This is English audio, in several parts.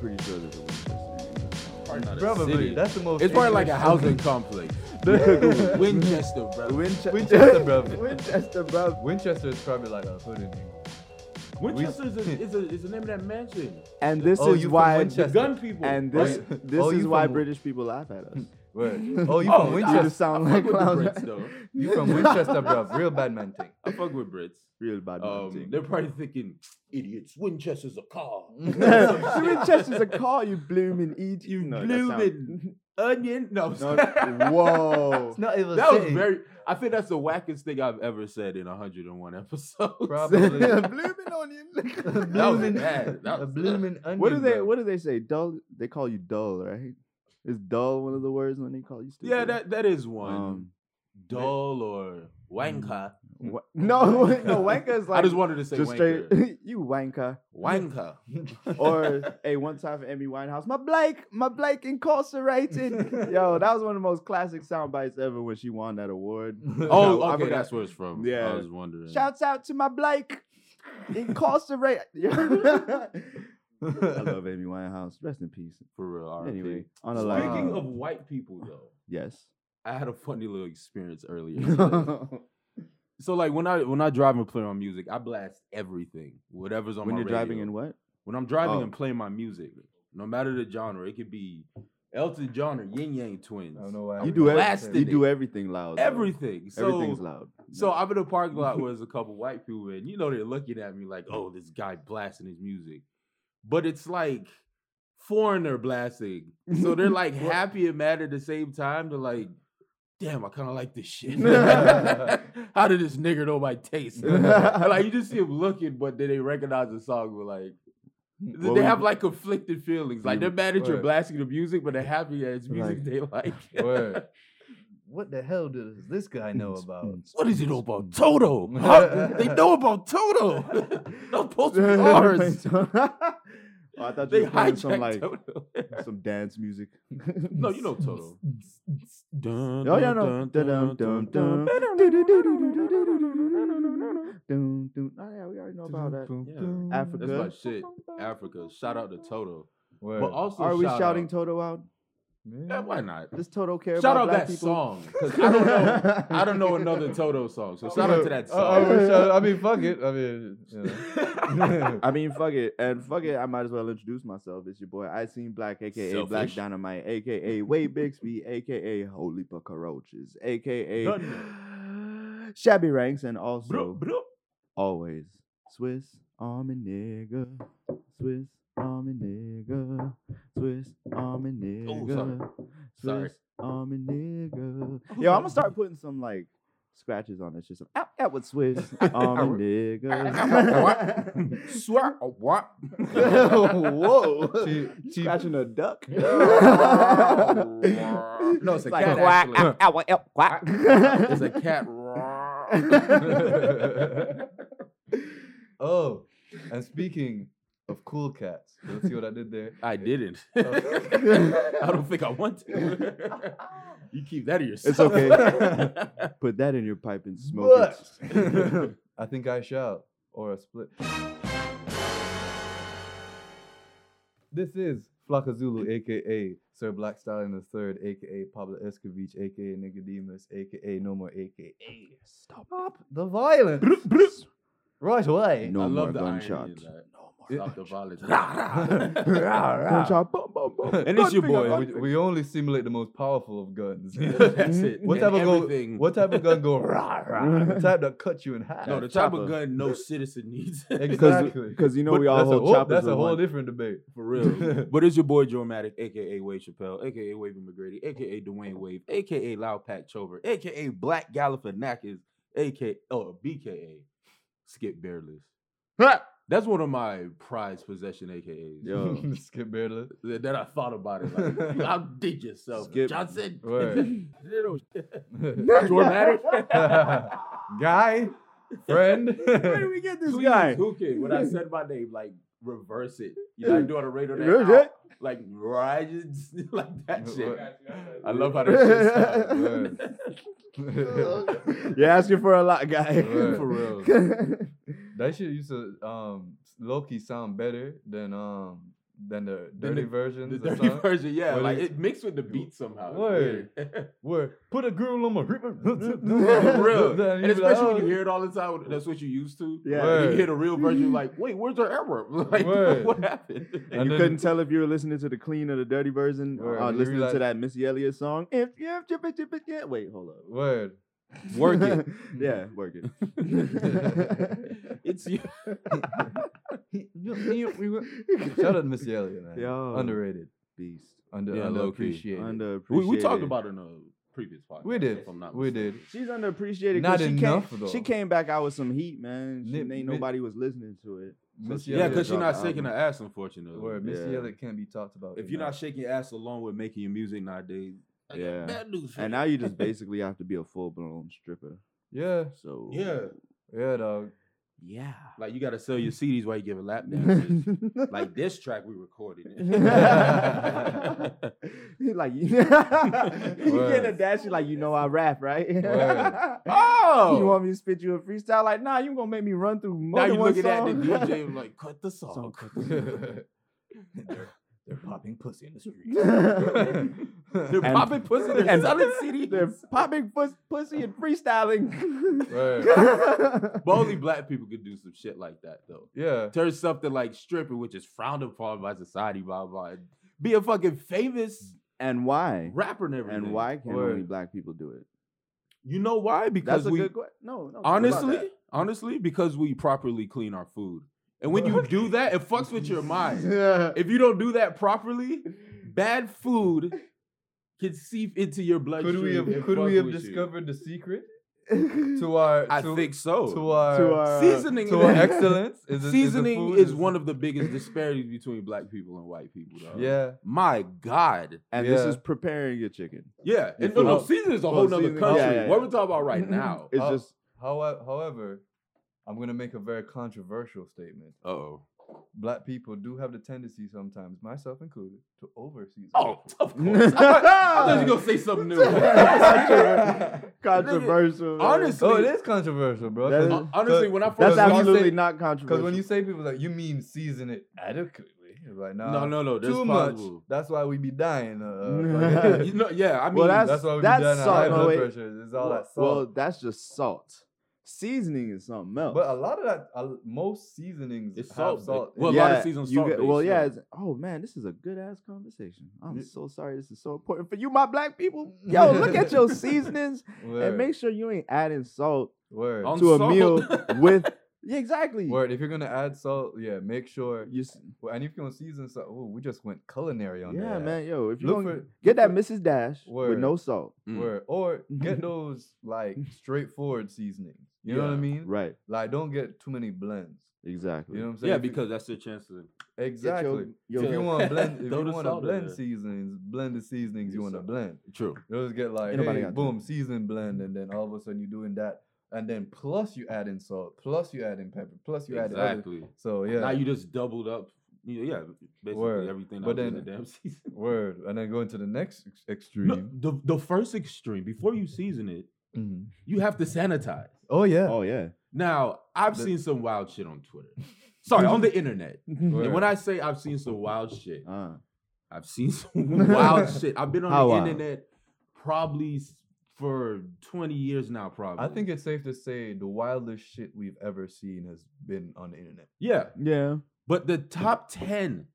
pretty sure there's a Winchester. Probably not a Probably. city. That's the most. It's probably like a interesting- housing complex. Winchester, bro. Winchester, Winchester, brother. Winchester, bro. Winchester is probably like a hood in England. Winchester is, a, is, a, is the name of that mansion. And this Oh, is you from why, Winchester. Gun people. and Oh, this you- this oh, is you why from- Hmm. British people laugh at us. Word. Oh, you Oh, from I- You Winchester? just sound I like fuck with the clowns. Brits though. You from Winchester, bro? Real bad man thing. I fuck with Brits. Real bad man Um, thing. they're probably thinking, idiots. Winchester's a car. Winchester's a car, you blooming idiot. You No, that blooming uh, onion. No, I'm sound- sorry. No, whoa. No, it was that was city. very. I think that's the wackest thing I've ever said in 101 episodes. probably blooming onion. a was blooming, bad. That a was- blooming onion. What do they bro. What do they say? Dull. They call you dull, right? Is dull one of the words when they call you stupid? yeah, that that is one. Um, Dull or wanker. wa- no, no, wanker is like I just wanted to say just wanker. straight. you wanker. Wanker. Or a one time for Emmy Winehouse. My Blake, my Blake incarcerated. Yo, that was one of the most classic sound bites ever when she won that award. Oh, No, I okay, forgot. that's where it's from. Yeah. I was wondering. Shouts out to my Blake. Incarcerate. I love Amy Winehouse. Rest in peace. for real. R. Anyway, uh, on a light. Speaking note, of white people, though, yes. I had a funny little experience earlier. today. so like when I when I drive and play my music, I blast everything, whatever's on when my you're driving radio. in what? when I'm driving Oh. and playing my music, no matter the genre, it could be Elton John or Yin Yang Twins. I don't know why. You do blasted everything. You it. do everything loud. though. Everything. So, Everything's loud. So I'm in a parking lot where there's a couple white people, and you know they're looking at me like, "Oh, this guy blasting his music," but it's like foreigner blasting. So they're like happy and mad at the same time. They're like, "Damn, I kind of like this shit." How did this nigger know my taste? And, like you just see them looking, but then they recognize the song. But like What they we- have like conflicted feelings. Like they're mad at you Word. blasting the music, but they're happy that it's music Right. they like. Word. What the hell does this guy know about? What is it about Toto? Huh? they know about Toto. They're supposed to be ours. Oh, I thought you They were playing some hijacked like Toto. some dance music. no, you know Oh Toto. dun, yeah, no. Dun, dun, dun, dun. Dun, dun. Oh yeah, we already know about that. Yeah. Africa. That's my shit. Africa. Shout out to Toto. Word. But also, Are we shout shouting out- Toto out? Yeah, why not? Does Toto care Shout about out black that people? song. 'cause I don't know. I don't know another Toto song, so shout out to that Oh, song. oh, shout- I mean, fuck it. I mean, you know. I mean, fuck it, and fuck it. I might as well introduce myself. It's your boy, I seen Black, aka Black Selfish. Dynamite, aka Way Bixby, aka Holy Pucker Roaches, aka Shabby Ranks, and also Bruh, bruh. always Swiss Army nigga, Swiss Army nigga, Swiss Army Oh, nigga, sorry. Sorry. Swiss Oh, Army nigga. Yo, I'm gonna start putting some like scratches on this shit. Some out, out with Swiss Army nigga. Swear oh, what? Whoa, Cheap- cheap- scratching a duck. no, it's a Like, cat. quack, actually. It's a cat. oh, and speaking of cool cats, let's see what I did there. I didn't. Oh. I don't think I want to. you keep that to yourself. It's okay. Put that in your pipe and smoke it. But I think I shall, or a split. This is Flaka Zulu, aka Sir Black Stallion the Third, aka Pablo Escovich, aka Nicodemus, aka No More, aka Stop the Violence. right away. No I more love the irony of gunshots. that. Yeah. Stop the violence. Rah, rah. Gunshot, bum, bum, bum. And it's your Gunfinger, boy, We, gunfinger. we only simulate the most powerful of guns. That's it. What And type of everything. gun? What type of gun go rah rah? The type that cut you in half. No, the type Chopper. of gun no citizen needs. exactly. Because you know But we all that's a hold whole, choppers. That's a with whole one. different debate. For real. but it's your boy Dramatic, aka Wade Chappelle, aka Wavy McGrady, aka Dwayne Wave, aka Loud Pack Chover, aka Black Galifianakis, aka oh, BKA Skip Bearless. That's one of my prized possession AKAs. Yo. Skip Baylor. That that I thought about it. Like, you outdid yourself, Skip. Johnson. Word. Little Dramatic. Guy, friend. Where do we get this Please, guy? Who can? When I said my name, like reverse it. You know, I do on the radio. Reverse That it? out, like right, like that shit. Word. I love how that shit sounds. Word. You're asking for a lot, guy. Word. For real. that shit used to um low key sound better than um than the Than dirty the- version. The dirty version, yeah, What like is- it mixed with the beat somehow. It's Word. weird. Where put a girl on my For real, real. And especially when you "Oh." hear it all the time, that's what you used to. Yeah. Like, you Word. hear the real version, you're like, wait, where's her error? Like, Word. what happened? And, And you then- couldn't tell if you were listening to the clean or the dirty version Word, or uh, and you listening realize- to that Missy Elliott song. If you if you- if you- yeah. Wait, hold up. word. Work it. yeah, work it. it's you. Shout out to Missy Elliott, man. Yo. Underrated, beast. under Yeah, low-key. underappreciated. Underappreciated. We, we talked about it in a previous podcast. we did, if I'm not we did. mistaken. She's underappreciated. 'cause Not she enough, came, though. She came back out with some heat, man. She, Nip- ain't mi- nobody was listening to it. So Missy she had Yeah, to because you're drop not the shaking her album. ass, unfortunately. Word, Missy Yeah. Elliott can't be talked about. If you're not enough. shaking your ass along with making your music nowadays, I got Yeah. bad news for And now you just basically have to be a full blown stripper. yeah, So yeah, yeah, dog. yeah. like you got to sell your CDs while you give a lap dances. like this track we recorded. it. He like you getting a Word. dash, you like you know I rap, right? Word. oh, You want me to spit you a freestyle? Like, nah, you gonna make me run through more now than you one looking at the song. DJ like cut the song. Song, cut the song. they're, they're popping pussy in the street. They're And- popping pussy. They're and- selling CDs. They're popping pus- pussy and freestyling. but only black people could do some shit like that though. yeah, Turn something like stripping, which is frowned upon by society, blah blah. and Be a fucking famous and why? rapper and everything. And why can Word. only black people do it? You know why? Because That's a we good question. No, no. think about honestly, that. honestly, because we properly clean our food. And when you do that, it fucks with your mind. Yeah. If you don't do that properly, bad food can seep into your bloodstream. could we have and could fuck we have with you. discovered the secret to our? I to, think so. to our To our- seasoning to our excellence. Is it- seasoning is, is, one of the biggest disparities between black people and white people. Though. yeah. My God. and this Yeah. is preparing your chicken. Yeah. And no, feel- no, seasoning is a whole nother seasoning- country. yeah, yeah, What yeah. we're talking about right now. It's Oh. just How, however, I'm gonna make a very controversial statement. oh. Black people do have the tendency sometimes, myself included, to overseason. Oh, of course. I thought, I thought you were going to say something new. controversial. Honestly, Oh, it is controversial, bro. That Hon- is- Because Honestly, when I first that's when you started- absolutely say- not controversial. when you say people like you mean season it adequately, It's like nah, no, no, no, that's too much. possible. That's why we be dying. Nah. Uh, You know, yeah, I mean, Well, that's- that's why we that's be dying. of salt. High No, blood wait. pressure. It's all well, that salt. well, that's just salt. Seasoning is something else. But a lot of that, a l- most seasonings It's have salt, salt. but- in well, a it. lot of seasoned you salt get- base, well, yeah. yeah. It's, oh man, this is a good ass conversation. I'm Yeah. so sorry. This is so important for you, my black people. Yo, look at your seasonings word, and make sure you ain't adding salt word, On to a salt. meal with. Yeah, exactly. word. If you're gonna add salt, yeah, make sure. You s- Well, and if you're gonna season salt, oh, we just went culinary on that. yeah, man. Yo, if you Look don't for get that for- Mrs. Dash with Word. no salt, Mm. Word. Or get those like straightforward seasonings. You know what I Yeah, mean? right? Like, don't get too many blends. Exactly. You know what I'm saying? yeah, If you- because that's your chance to. Get your- exactly. your- if you want blend, if Throw you the want to salt in blend there. seasonings, blend the seasonings you Use want to salt. blend. True. You'll just get like, Ain't nobody hey, got time. boom, season blend, and then all of a sudden you're doing that, and then plus you add in salt, plus you add in pepper, plus you add in other. Exactly. So yeah, Now you just doubled up. You know, yeah, basically Word. everything. But But then the then- damn season. word, and then going to the next ex- extreme. No, the the first extreme before you season it, Mm-hmm. Mhm. you have to sanitize. Oh yeah, Oh yeah. Now I've The- seen some wild shit on Twitter. Sorry, on the internet. Word. And when I say I've seen some wild shit, Uh, I've seen some wild shit. I've been on How the wild? internet probably s- for 20 years now, probably. I think it's safe to say the wildest shit we've ever seen has been on the internet. Yeah. yeah. But the top 10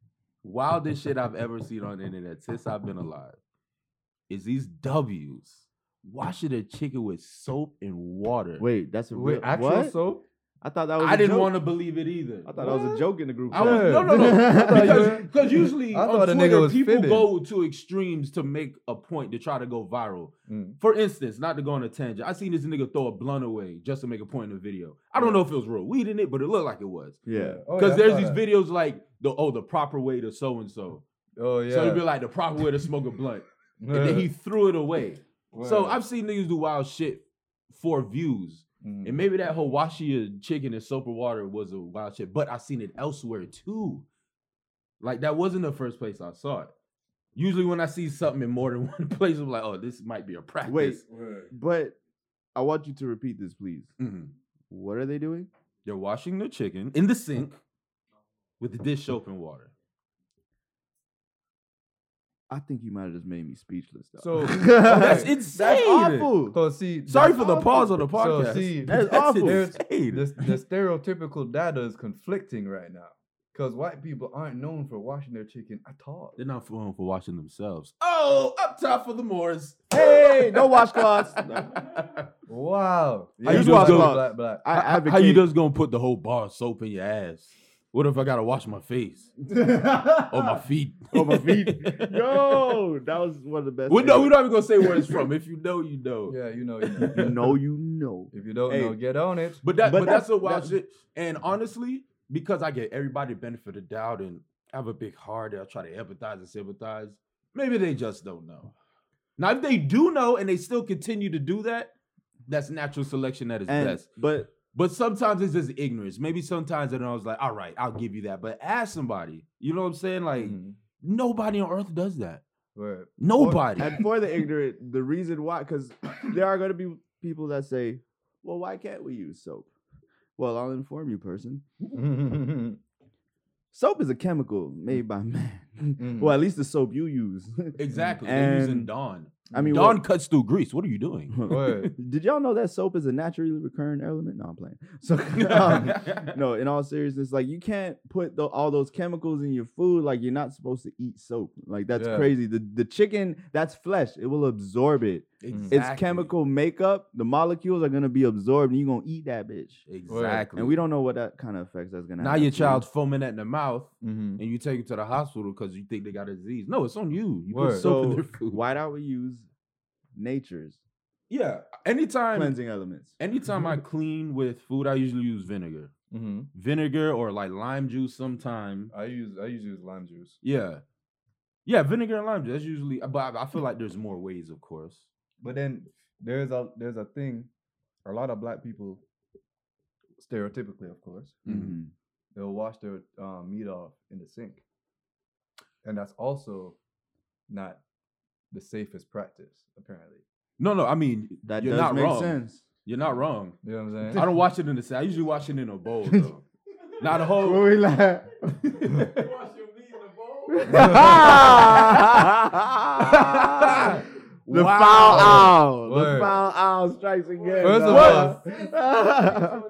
wildest shit I've ever seen on the internet since I've been alive is these W's washing a chicken with soap and water. Wait, that's a Wait, real, actual what? soap? I thought that was. I a didn't joke. want to believe it either. I thought that was a joke in the group. I was, chat. no, no, no. I thought you Because were- 'cause usually I on thought a nigga Twitter, was people fibbing. go to extremes to make a point to try to go viral. Mm. For instance, not to go on a tangent, I seen this nigga throw a blunt away just to make a point in a video. I don't know if it was real weed in it, but it looked like it was. Yeah. Oh, Because yeah, I there's saw these that. videos like the oh the proper way to so and so. Oh yeah. So it'd be like the proper way to smoke a blunt, and then he threw it away. So I've seen niggas do wild shit for views, Mm. and maybe that whole washi of chicken and soap and water was a wild shit, but I seen it elsewhere too. Like that wasn't the first place I saw it. Usually when I see something in more than one place, I'm like, oh, this might be a practice. Wait. Word. But I want you to repeat this, please. Mhm. What are they doing? They're washing their chicken in the sink with the dish soap and water. I think you might have just made me speechless. Though. oh, So- That's Okay. insane. that's awful. So see, Sorry that- for the pause on the So, podcast. see, that's that's awful. insane. the, the stereotypical data is conflicting right now because white people aren't known for washing their chicken at all. They're not known for watching themselves. Oh, up top for the Moors. Hey, no washcloths. No. Wow. I Yeah, use those washcloths. are Black, black. I advocate. How you just gonna put the whole bar of soap in your ass? What if I gotta wash my face or my feet? on Oh, my feet? Yo, that was one of the best. we things. know we not even gonna say where it's from. If you know, you know. Yeah, you know. You know. You know, you know. If you don't Hey. know, get on it. But that, But but, that's- that's, a wild that- shit. And honestly, because I get everybody benefit of the doubt and I have a big heart, I'll try to empathize and sympathize. Maybe they just don't know. Now, if they do know and they still continue to do that, that's natural selection at its And best. but But sometimes it's just ignorance. Maybe sometimes I was like, all right, I'll give you that. But ask somebody. You know what I'm saying? Like Mm-hmm. Mhm. nobody on earth does that. Word. Nobody. and for the ignorant, the reason why, because there are going to be people that say, "Well, why can't we use soap?" Well, I'll inform you, person. Mm-hmm. Soap is a chemical made by man. Well, at least the soap you use. exactly. They're using And- Dawn. I mean, Dawn well- cuts through grease. What are you doing? Word. Did y'all know that soap is a naturally recurring element? No, I'm playing. So, um, no, in all seriousness, like you can't put tho- all those chemicals in your food. Like you're not supposed to eat soap. Like that's Yeah. crazy. The the chicken that's flesh. It will absorb it. Its chemical makeup. The molecules are gonna be absorbed, and you're gonna eat that bitch. Exactly. And we don't know what that kind of effects that's gonna. Now have your to you. child's foaming at the mouth, Mhm. and you take it to the hospital because you think they got a disease. No, it's on you. You Word. put soap in So their food. why don't we use nature's Yeah. Anytime, cleansing elements? anytime Mm-hmm. I clean with food, I usually use vinegar, Mhm. vinegar or like lime juice. Sometime. I use I usually use lime juice. Yeah. Yeah, vinegar and lime juice. That's usually, but I I feel like there's more ways, of course. But then there's a there's a thing, a lot of black people, stereotypically of course, Mm. Mhm. they'll wash their um, meat off in the sink, and that's also not the safest practice apparently. No, no, I mean That you're does not make wrong. sense. You're not wrong. You know what I'm saying? I don't wash it in the sink. I usually wash it in a bowl. Though. Not a Where whole. we laugh. Ah! The Wow. foul owl. The Word. foul owl strikes again. First of all,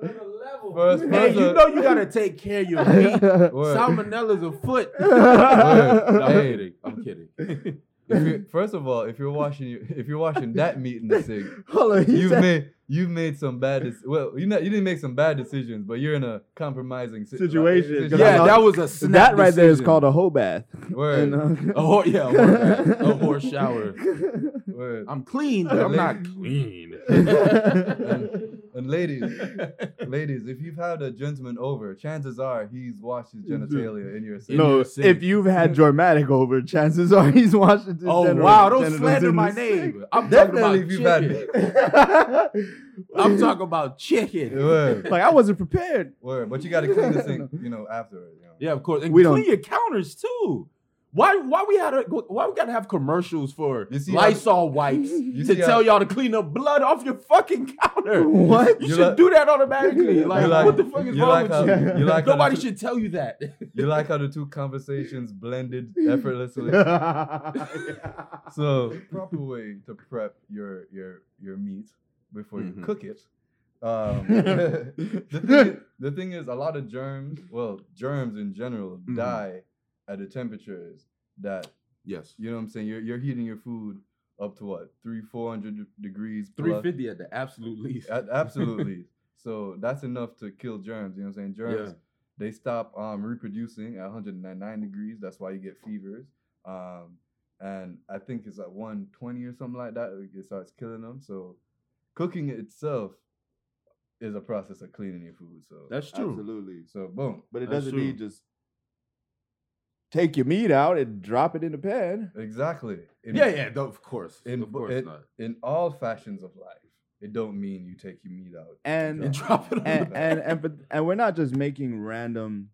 First, Hey, first you of- know you gotta take care of your meat. Word. Salmonella's a foot. Word. No, I'm Hey. kidding. I'm kidding. If you- first of all, if you're washing your, if you're washing that meat in the sink, Hold on, he you've said- made you've made some bad dec- well you not you didn't make some bad decisions, but you're in a compromising si- like, Situation, 'cause I yeah, know- that was a snap that right there is decision. called a hoe bath. Word. a whore. Yeah, a whore, a whore shower. Word. I'm clean, but I'm not clean. And ladies, ladies, if you've had a gentleman over, chances are he's washed his genitalia in your sink. your no, sink. if you've had dramatic over, chances are he's watching his oh general- wow, don't genitals slander in my the sink. name. I'm talking Definitely about if you've chicken. I'm talking about had chicken. word, like I wasn't prepared. word, but you got to clean the sink, you know, afterward. You know. Yeah, of course. And We we don't- clean your counters too. Why? Why we had? to go- Why we gotta have commercials for You see how- Lysol wipes You to see how- tell y'all to clean up blood off your fucking counter? What? You You should like- do that automatically. You Like, like- what the fuck is you wrong like with how- you? you like how Nobody the- should tell you that. You like how the two conversations blended effortlessly. So the proper way to prep your your your meat before Mhm. you cook it. Um, the, thing is, the thing is, a lot of germs, well, germs in general, Mhm. die at the temperatures that yes. you know. what I'm saying you're you're heating your food up to what three four hundred de- degrees Three plus. fifty at the absolute least. A- absolutely. so that's enough to kill germs. You know what I'm saying? Germs Yeah. they stop um, reproducing at 109 degrees. That's why you get fevers. Um, and I think it's at 120 or something like that. It starts killing them. So cooking itself is a process of cleaning your food. So That's true. Absolutely. so boom. But it That's doesn't true. mean just take your meat out and drop it in the pan. Exactly. In, Yeah, yeah, no, of course, In, of course in, not. in all fashions of life, it don't mean you take your meat out And- And drop it on the And back. and and, but, and we're not just making random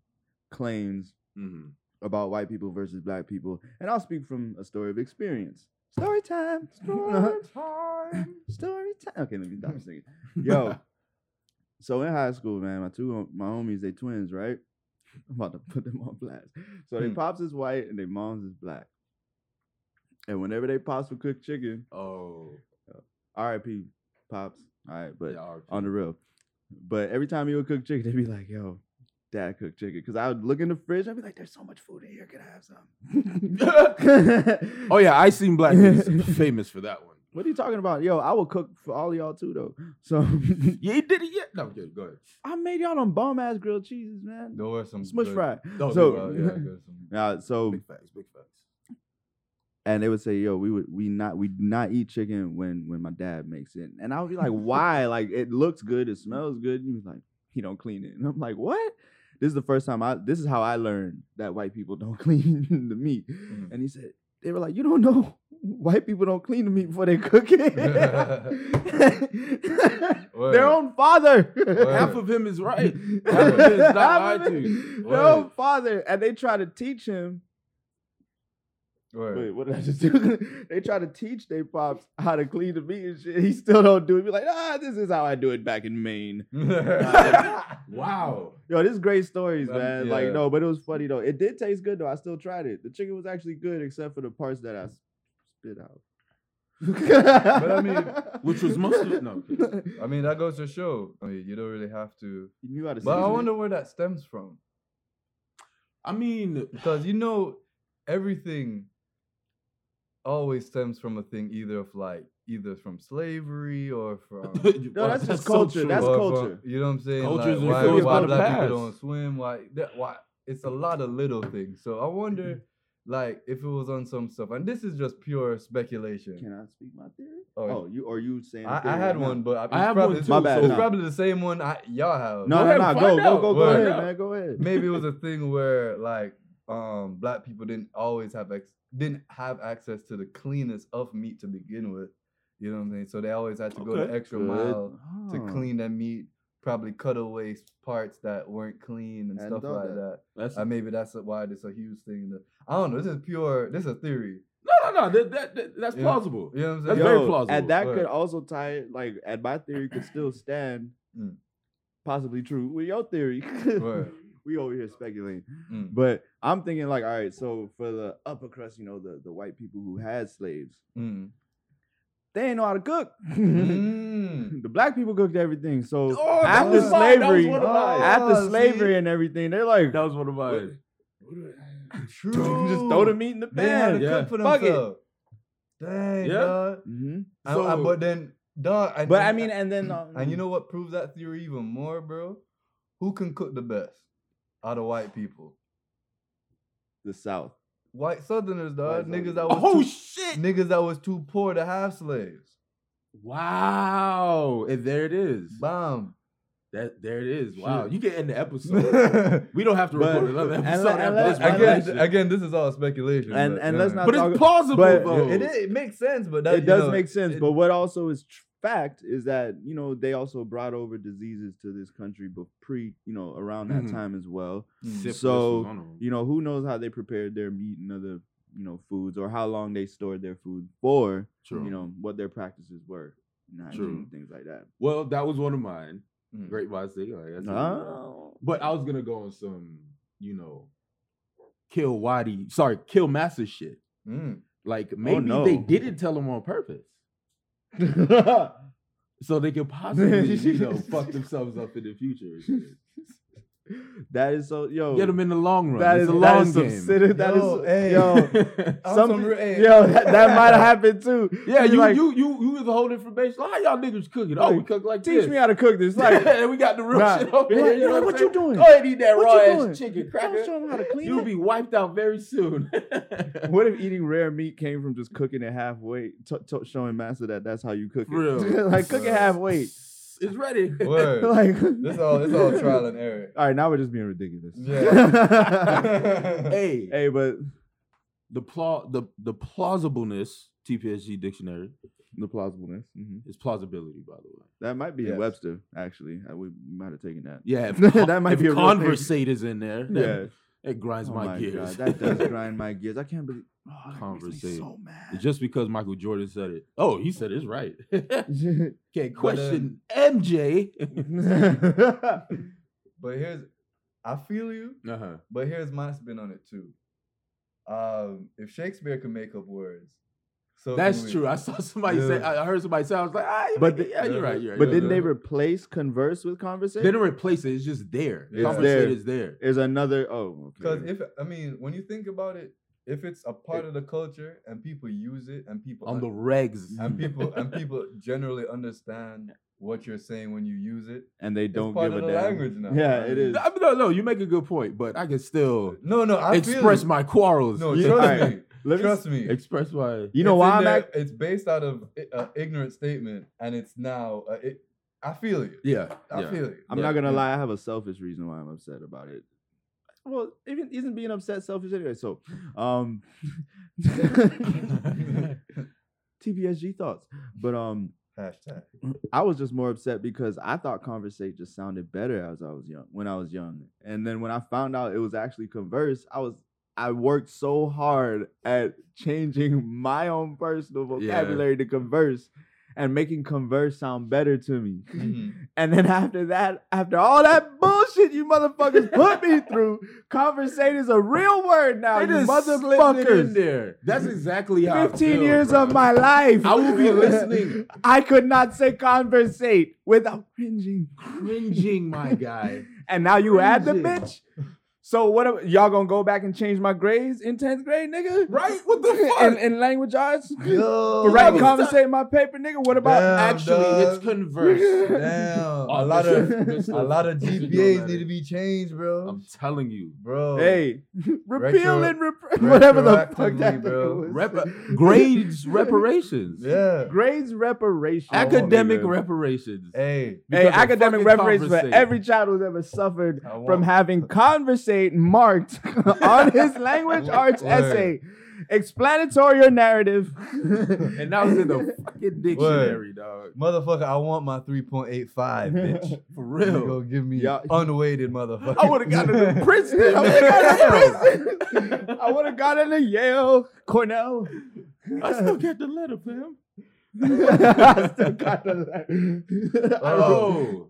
claims Mhm. about white people versus black people. And I'll speak from a story of experience. Story time. Story time. story time. Okay, let me stop singing. Mm-hmm. Yo. So in high school, man, my two hom- my homies, they twins, right? I'm about to put them on blast. So their Hmm. pops is white and their moms is black. And whenever they pops for cooked chicken, Oh, R.I.P. pops. All right, but yeah, RP. on the real. But every time he would cook chicken, they'd be like, "Yo, Dad cooked chicken," because I would look in the fridge. I'd be like, "There's so much food in here. Can I have some?" oh yeah, I seen black is famous for that one. What are you talking about? Yo, I will cook for all of y'all too, though. So Yeah, he did it. Yeah, no, good, go ahead. I made y'all on bomb ass grilled cheeses, man. There were some Smush good- fry. No, So- well, uh, yeah, there's some- Nah, so big facts, big facts. and they would say, "Yo, we would we not we do not eat chicken when when my dad makes it," and I would be like, "Why? like it looks good, it smells good." And he was like, "He don't clean it," and I'm like, "What?" This is the first time I. This is how I learned that white people don't clean the meat. Mhm. And he said, "They were like, you don't know, white people don't clean the meat before they cook it." Word. Their own father. Half Word. of him is right. Half Half of it is of not lied it- to you. Their own Word. father, and they try to teach him Word. Wait, what did I just do? they try to teach they pops how to clean the meat and shit. He still don't do it. Be like, ah, this is how I do it back in Maine. Wow. Yo, this is great stories, Um, man. Like, yeah. no, but it was funny though. It did taste good though. I still tried it. The chicken was actually good except for the parts that I s- spit out. but I mean, Which was most of no. okay. I mean, that goes to show. I mean, you don't really have to. you knew how to. But I season it. wonder where that stems from. I mean, Because you know, everything always stems from a thing either of like either from slavery or from No, that's just so culture. true. That's or culture. from- you know what I'm saying? Culture's like, why, influenced by why the black past. people don't swim? Why that? Why it's a lot of little things. So I wonder, Mm-hmm. like, if it was on some stuff. And this is just pure speculation. Can I speak my theory? Oh, Oh, you or you saying? a I, I theory had right now? one, but I, it's I have probably, one too. My bad, It's So nah. probably the same one I, y'all have. No, no, Go ahead, no. Go, find go, go, out. go Word. ahead, man. Go ahead. maybe it was a thing where like um black people didn't always have ex- didn't have access to the cleanest of meat to begin with. You know what I'm saying? So they always had to go Okay. the extra Good. mile to Ah. clean that meat, probably cut away s- parts that weren't clean and, Hadn't stuff thought like that. that. That's Uh, maybe that's why this a huge thing. in the- I don't know. This is pure. This is a theory. no, no, no. That, that, that- that's Yeah. plausible. You know what I'm saying? That's very Yo, plausible. And that Right. could also tie, like, and my theory could still stand, Mm. possibly true with your theory. Right. we over here speculating, Mm, but I'm thinking like, all right, so for the upper crust, you know, the the white people who had slaves, mm, they ain't know how to cook. mm. the black people cooked everything, so Mm-hmm. Oh, that after was mine. That was slavery, one of mine. after Ah, see? slavery and everything, they're like, That was one of mine. True. just throw the meat in the They didn't know how to pan. yeah. cook for Fuck it. themselves. Dang, Yeah. dog. Mhm. I- I- So- but then, dog. and- But and- I mean, and then um, and you know what proves that theory even more, bro? Who can cook the best out of white people? the South. White White Southerners, dog. Niggas that was Oh too, shit! niggas that was too poor to have slaves. Wow, and there it is. Bam. That there it is. Wow, Shit. you get in the episode. again, we don't have to record But- another and episode. let- after and let- this and let- revelation. again, this is all speculation. And- but, and you let's know not what but talk- it's plausible but I though. mean? It, is- it makes sense, but that it you does know, make sense. it- but what also is tr- fact is that you know they also brought over diseases to this country, but pre you know around that Mhm. time as well. Mm. Syphilis So, was one of 'em. You know who knows how they prepared their meat and other you know foods or how long they stored their food for. True. You know what their practices were, and hygiene True. and things like that. well, that was one of mine. Mm. Great minds think alike. That's what it is. Oh. But I was gonna go on some, you know, kill Wadi. Sorry, kill Massa shit. Mm. Like maybe Oh, no. they didn't tell him on purpose, so they could possibly, you know, fuck themselves up in the future. and shit. that is so yo. Get them in the long run. Oh. that it's is a long that is some game. citi- that is- Yo, hey. yo. On Some, Mm. some peo- real- hey. yo, that, that might have happened too. yeah, You're you, like, you you you was holding information. How y'all niggas cooking? Oh, we Like, cook like teach this. me how to cook this. Like, yeah, we got the real Right. shit over You're here. like, you know "Yo, I'm what you saying? doing? Go ahead eat that What raw you ass doing? chicken don't cracker. show them how to clean You'll it. be wiped out very soon. What if eating rare meat came from just cooking it halfway, t- t- showing Master that that's how you cook it? For real. like cook it Right. halfway. It's ready. Word. like This all it's all trial and error. All right, now we're just being ridiculous. hey, hey, but the pla- the the plausibleness TPSG dictionary the plausibleness hmm is plausibility, by the way. that might be in Yes. Webster actually. I, we might have taken that. Yeah, if That might if be a real thing. conversate is in there. Yeah, That, it grinds Oh my, God, gears. that does grind my gears. I can't believe. Oh, that makes me Conversate. so mad. Just because Michael Jordan said it. Oh, he said it's right. um, Can't But, question MJ. But here's I feel you. uh-huh. But here's my spin on it too. Um, if Shakespeare could make up words, So That's annoying. true. I saw somebody say. Yeah. I heard somebody say. I was like, ah, you But make it- the- yeah, you're right. You're right. But yeah, didn't yeah. they replace converse with conversation? They didn't replace it. It's just there. It's there. Conversate is there. There's another. Oh, Because okay. if I mean, when you think about it, if it's a part of the culture and people use it and people On un- the regs. and people and people generally understand what you're saying when you use it, and they it's don't part give a of the damn. language now. Yeah, I it mean, is. I mean, no, no, you make a good point, but I can Oh, still No, no, I feel express you. my quarrels. No, Yeah, trust alright. me, Let me trust s- me. Express my. You know It's why in I'm there- act- It's based out of an ignorant statement, and it's now. Uh, it, I feel you. Yeah. I yeah. feel you. I'm Yeah, not gonna yeah. lie. I have a selfish reason why I'm upset about it. Well, even isn't being upset selfish anyway. So, um, TPSG thoughts. But um, Hashtag. I was just more upset because I thought conversate just sounded better as I was young when I was young, and then when I found out it was actually converse, I was I worked so hard at changing my own personal Yeah. vocabulary to converse and making converse sound better to me. Mhm. And then after that, after all that bullshit you motherfuckers put me through, conversate is a real word now, They you just slipped it in motherfuckers. there. That's exactly how. I 15 feel, years bro. of my life. I will be listening, I could not say conversate without cringing. cringing, my guy. And now you add the Cringing. bitch. So what am- y'all gonna go back and change my grades in 10th grade, nigga? Right? What the fuck? In, in language arts? Yo, For right, Yo. conversate my paper, nigga. What about Damn, Actually, uh, dog. it's converse. Damn, a Oh, lot this of is- this is- a lot of this is your GPAs letter. need to be changed, bro. I'm telling you. bro, Hey, repeal Retro- and rep- whatever the fuck retroactively, that bro. bro. Rep- uh, grades reparations. yeah, grades reparations. Academic nigga. reparations. hey, Hey, because of academic fucking reparations for conversation. every child who's ever suffered I from want- having conversate marked on his language Word. arts essay, explanatory or narrative. And that was in the fucking dictionary, dog. motherfucker, I want my three point eight five, bitch. For You real. go give me Y'all- unweighted, motherfucker. I would have gotten it in I prison. would have gotten to prison. I would have gotten to Yale, Cornell. I still got the letter, fam. I still got the Oh,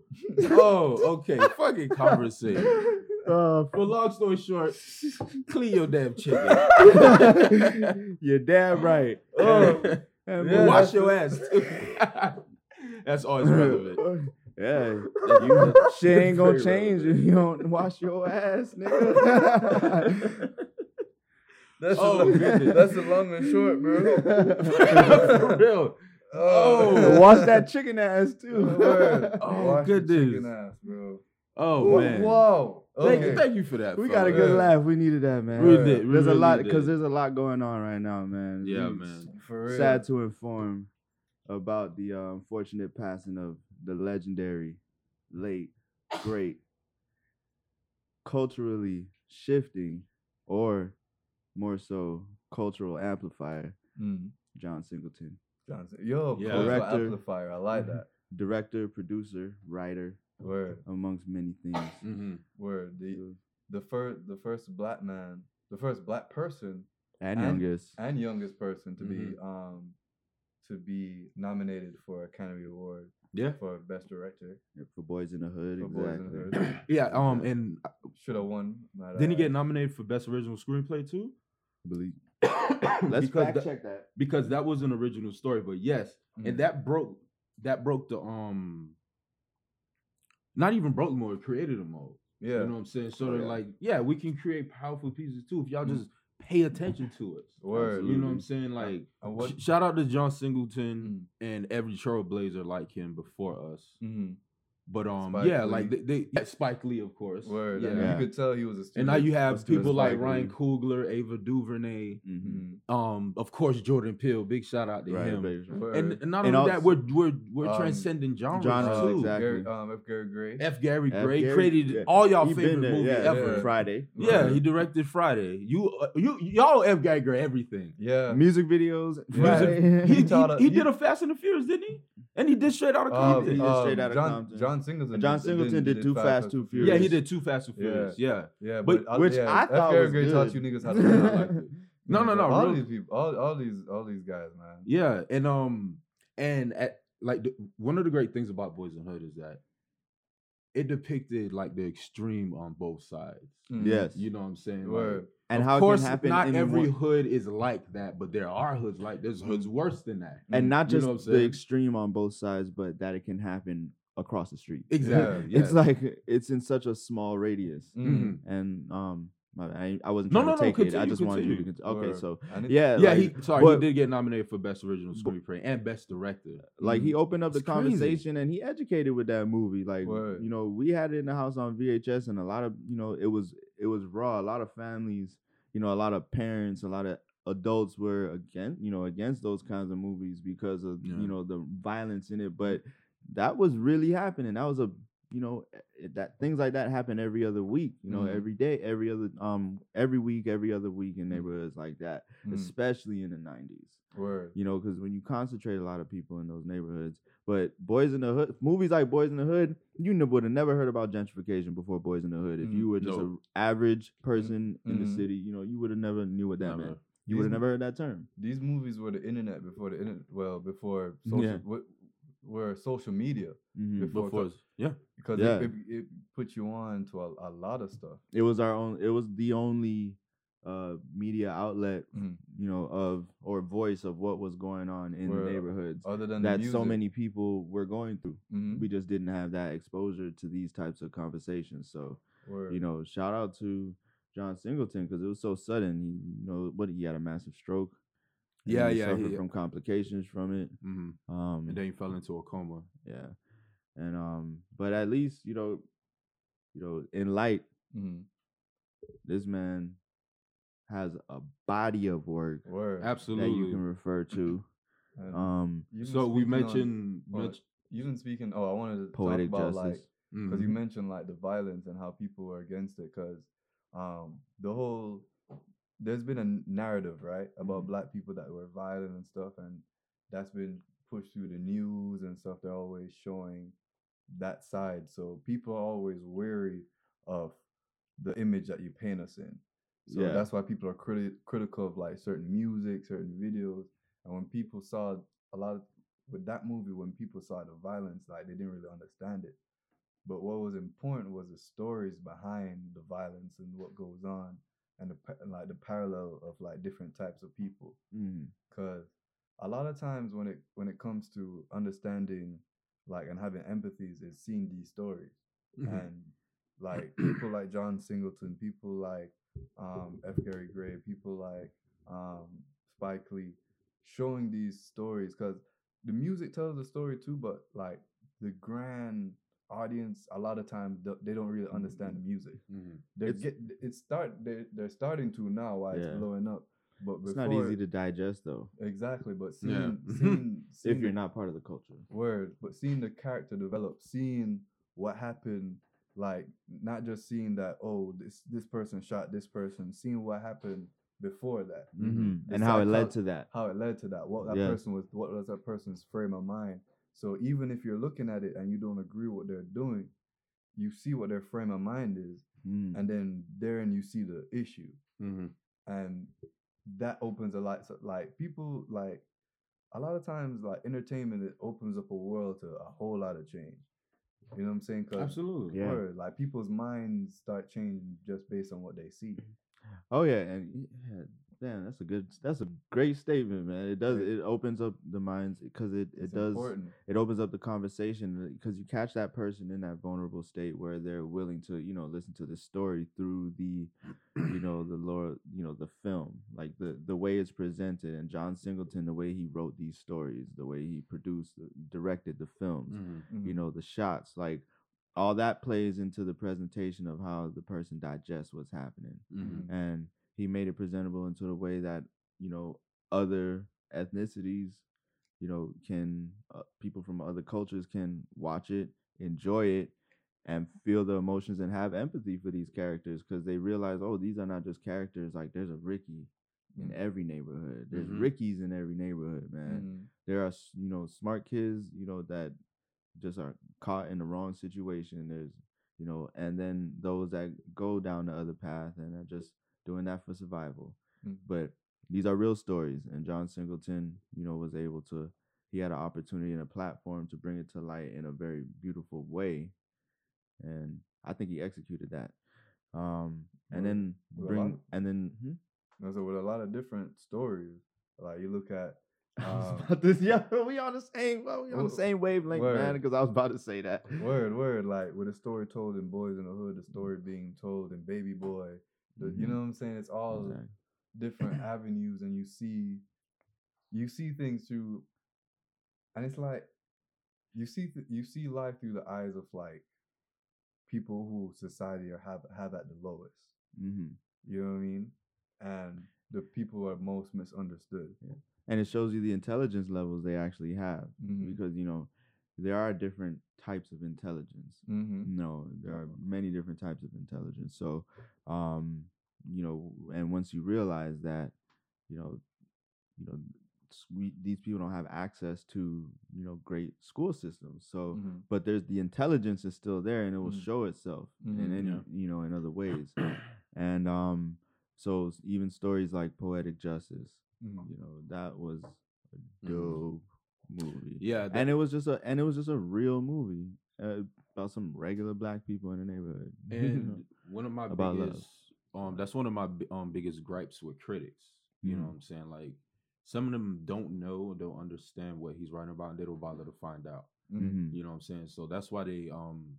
oh, okay. Fucking conversation. Uh, But long story short, clean your damn chicken. You're damn right. Oh, And Yeah, Wash that's your ass too. that's always relevant. Yeah, You- shit ain't gonna Very change if relevant. you don't wash your ass, nigga. that's, Oh, the, goodness. that's the long and short, For bro. real. And Oh. wash that chicken ass too. Word. Oh, Wash your goodness. chicken ass, bro. Oh Wha- man. Whoa. Thank, Okay. thank you for that. we fella. got a good Yeah. laugh. We needed that, man. We did. we there's a really lot did. because there's a lot going on right now, man. Yeah, We man. For real. Sad to inform about the uh, unfortunate passing of the legendary, late, great, culturally shifting, or more so cultural amplifier, Mm. John Singleton. Johnson. Yo, Yeah. cultural Director. amplifier. I like that. Director, producer, writer, Word, amongst many things. Mm, Mhm. word. The And, the first the first black man, the first black person And- youngest. and youngest person to be Mm-hmm. um to be nominated for a Academy Award Yeah. for Best Director. for Boys in the Hood, For Boys in the exactly. Hood. Yeah. Um. And Should have won. but, didn't he uh, get nominated for best original screenplay too? Believe- Let's Let's because fact tha- check that. because that was an original story. But yes, Mm. and that broke that broke the um. Not even broke the mold, it created a mold. yeah. You know what I'm saying? So Oh, they're yeah. like, yeah, we can create powerful pieces too if y'all Mm. just pay attention to us. Word. You know Absolutely. what I'm saying? Like, And what? sh- shout out to John Singleton Mm, and every trailblazer like him before us. mhm, But um, Spike yeah, Lee. like they, they yeah, Spike Lee, of course. Word. Yeah. And Yeah. you could tell he was a student. And now you Let's have do this people like Spike Ryan Lee. Coogler, Ava DuVernay, Mhm. Mhm, um, of course Jordan Peele. Big shout out Mm, to Right, him. baby. word. And, and not And only that, also- we're we're we're um, transcending genres genres, too. exactly. Gary, um, F. Gary Gray. F. Gary F. Gray Gary- created yeah. all y'all He been favorite there, movie yeah, ever. yeah. Friday. Yeah, Right. he directed Friday. You, uh, you, y'all F. Gary Gray everything. yeah. Music videos. Right. He, Friday. he, taught us- he he- did a Fast and the Furious, didn't he? And he did straight out of Um, Compton. he did straight um, outta John, Compton. John Singleton. John did- Singleton did Too Fast, Too yeah, he Furious. did two Fast and Furious. Yeah. Yeah, But- but, I- which yeah, I F. thought Gary was Gray taught good. you niggas how to learn. I like it. No, no, no, All real- these people, all, all these, all these guys, man. yeah, and um, and at like the, one of the great things about Boys and Hood is that it depicted like the extreme on both sides. Mhm. Yes. You know what I'm saying? Like, Mm-hmm. Word. and of Mm, how course, it can happen not in every one- hood is like that, but there are hoods like there's hoods Mm-hmm. worse than that. and Mm-hmm. not you know just what I'm the saying? extreme on both sides, but that it can happen across the street. Exactly. Yeah. It's like it's in such a small radius, Mhm. and um, my- I, I wasn't No, trying to no, no, take it. I continue, just wanted you to continue. continue. Okay, Word. so I need- yeah, yeah, like, he sorry, but- he did get nominated for best original screenplay and best director. mm, like he opened up the Mm-hmm. It's crazy. conversation and he educated with that movie like Word. you know we had it in the house on vhs and a lot of you know it was it was raw a lot of families you know a lot of parents a lot of adults were against you know against those kinds of movies because of Yeah. you know the violence in it but that was really happening that was a you know eh, that things like that happen every other week you know Mm-hmm. Mhm. every day every other um every week every other week in Mm. Mhm. neighborhoods like that Mm, especially in the 90s Word. you know, because when you concentrate a lot of people in those neighborhoods, but Boys in the Hood, movies like Boys in the Hood, you ne- would have never heard about gentrification before Boys in the Hood. If Mm, you were just an no. average person in mhm. the city, you know, you would have never knew what that Never. meant. You would have These- never heard that term. These movies were the internet before the internet. Well, before Yeah. social, w- were social media Mhm. Before Before, yeah, because Yeah. it, it, it put you on to a, a lot of stuff. It was our own. It was the only uh, media outlet, Mm. you know, of or voice of what was going on in Where uh, the neighborhoods Other than the that music. so many people were going through. Mhm. We just didn't have that exposure to these types of conversations. So. Word. you know, shout out to John Singleton because it was so sudden. He, you know, what he had a massive stroke. and Yeah, he yeah, Suffered he- from complications from it. hmm Um, and then he fell into a coma. yeah, and um, but at least you know, you know, in light, Mhm. this man has a body of work Word. that you Absolutely. can refer to. And Um, you've been So we speaking on- mentioned, on mentioned You've been speaking. Oh, I wanted to Poetic talk about justice. like because you mhm. mentioned like the violence and how people are against it because um the whole there's been a n- narrative right about black people that were violent and stuff and that's been pushed through the news and stuff they're always showing that side so people are always wary of the image that you paint us in so Yeah. that's why people are criti- critical of like certain music certain videos and when people saw a lot of with that movie when people saw the violence like they didn't really understand it but what was important was the stories behind the violence and what goes on and the pa- and, like the parallel of like different types of people mm, mm-hmm. because a lot of times when it when it comes to understanding like and having empathies is seeing these stories Mm-hmm. Mhm. and like people like John Singleton, people like um, F. Gary Gray, people like um, Spike Lee, showing these stories because the music tells the story too, but like the grand audience, a lot of times th- they don't really understand the music. Mhm. They It's- get it start they're, they're starting to now why Yeah. it's blowing up, but it's before, not easy to digest though exactly. But seeing, Yeah. seeing, seeing if you're the- not part of the culture. Word, but seeing the character develop, seeing what happened, like not just seeing that oh this this person shot this person, seeing what happened before that, Mm-hmm, Mhm, The And how it led psychol- to that. how it led to that, what that Yeah. person was, what was that person's frame of mind. So even if you're looking at it and you don't agree with what they're doing, you see what their frame of mind is, Mm, and then therein you see the issue Mhm. and that opens a lot so, like people like a lot of times like entertainment it opens up a world to a whole lot of change you know what i'm saying because Absolutely. Yeah. like people's minds start changing just based on what they see Oh yeah, and yeah, damn, that's a good, that's a great statement, man. It does, Right. it opens up the minds because it it It's does important it opens up the conversation because you catch that person in that vulnerable state where they're willing to you know listen to the story through the you know the lore you know the film like the the way it's presented and John Singleton the way he wrote these stories the way he produced uh, directed the films Mhm. you Mhm. know the shots like all that plays into the presentation of how the person digests what's happening mm-hmm, Mhm. and he made it presentable into the way that you know other ethnicities you know can uh, people from other cultures can watch it enjoy it and feel the emotions and have empathy for these characters because they realize oh these are not just characters like there's a ricky in Mm. every neighborhood there's Mhm. rickies in every neighborhood man Mhm. there are s- you know smart kids you know that just are caught in the wrong situation there's you know and then those that go down the other path and are just doing that for survival Mm. but these are real stories and john singleton you know was able to he had an opportunity and a platform to bring it to light in a very beautiful way and i think he executed that Um, Well, and then well, bring I'm- and then hmm? And so with a lot of different stories, like you look at I was Um, about to- yo, we on the same, well, we on wo- the same wavelength, man. word. Because I was about to say that. word word like with a story told in Boys in the Hood, the story Mm-hmm. being told in Baby Boy. the- You Mhm. know what I'm saying? It's all Exactly. different avenues, and you see, you see things through, and it's like you see th- you see life through the eyes of like people who society or have have at the lowest. Mhm. You know what I mean? And the people who are most misunderstood. And it shows you the intelligence levels they actually have, Mhm. because you know there are different types of intelligence. Mm-hmm. No, there are many different types of intelligence. So, um, you know, and once you realize that, you know, you know, s- we, these people don't have access to you know great school systems. So, Mm-hmm. but there's the intelligence is still there, and it will Mm. show itself, Mhm. and in Mm-hmm, Yeah. you know in other ways, and um, so s- even stories like poetic justice, Mm. you know, that was a Mhm. dope movie Yeah, the- and it was just a and it was just a real movie uh, about some regular black people in the neighborhood. you know? and one of my About love. biggest um that's one of my bi- um biggest gripes with critics you know Mhm. what i'm saying like some of them don't know or don't understand what he's writing about and they don't bother to find out mm-hmm. Mhm. you know what i'm saying so that's why they um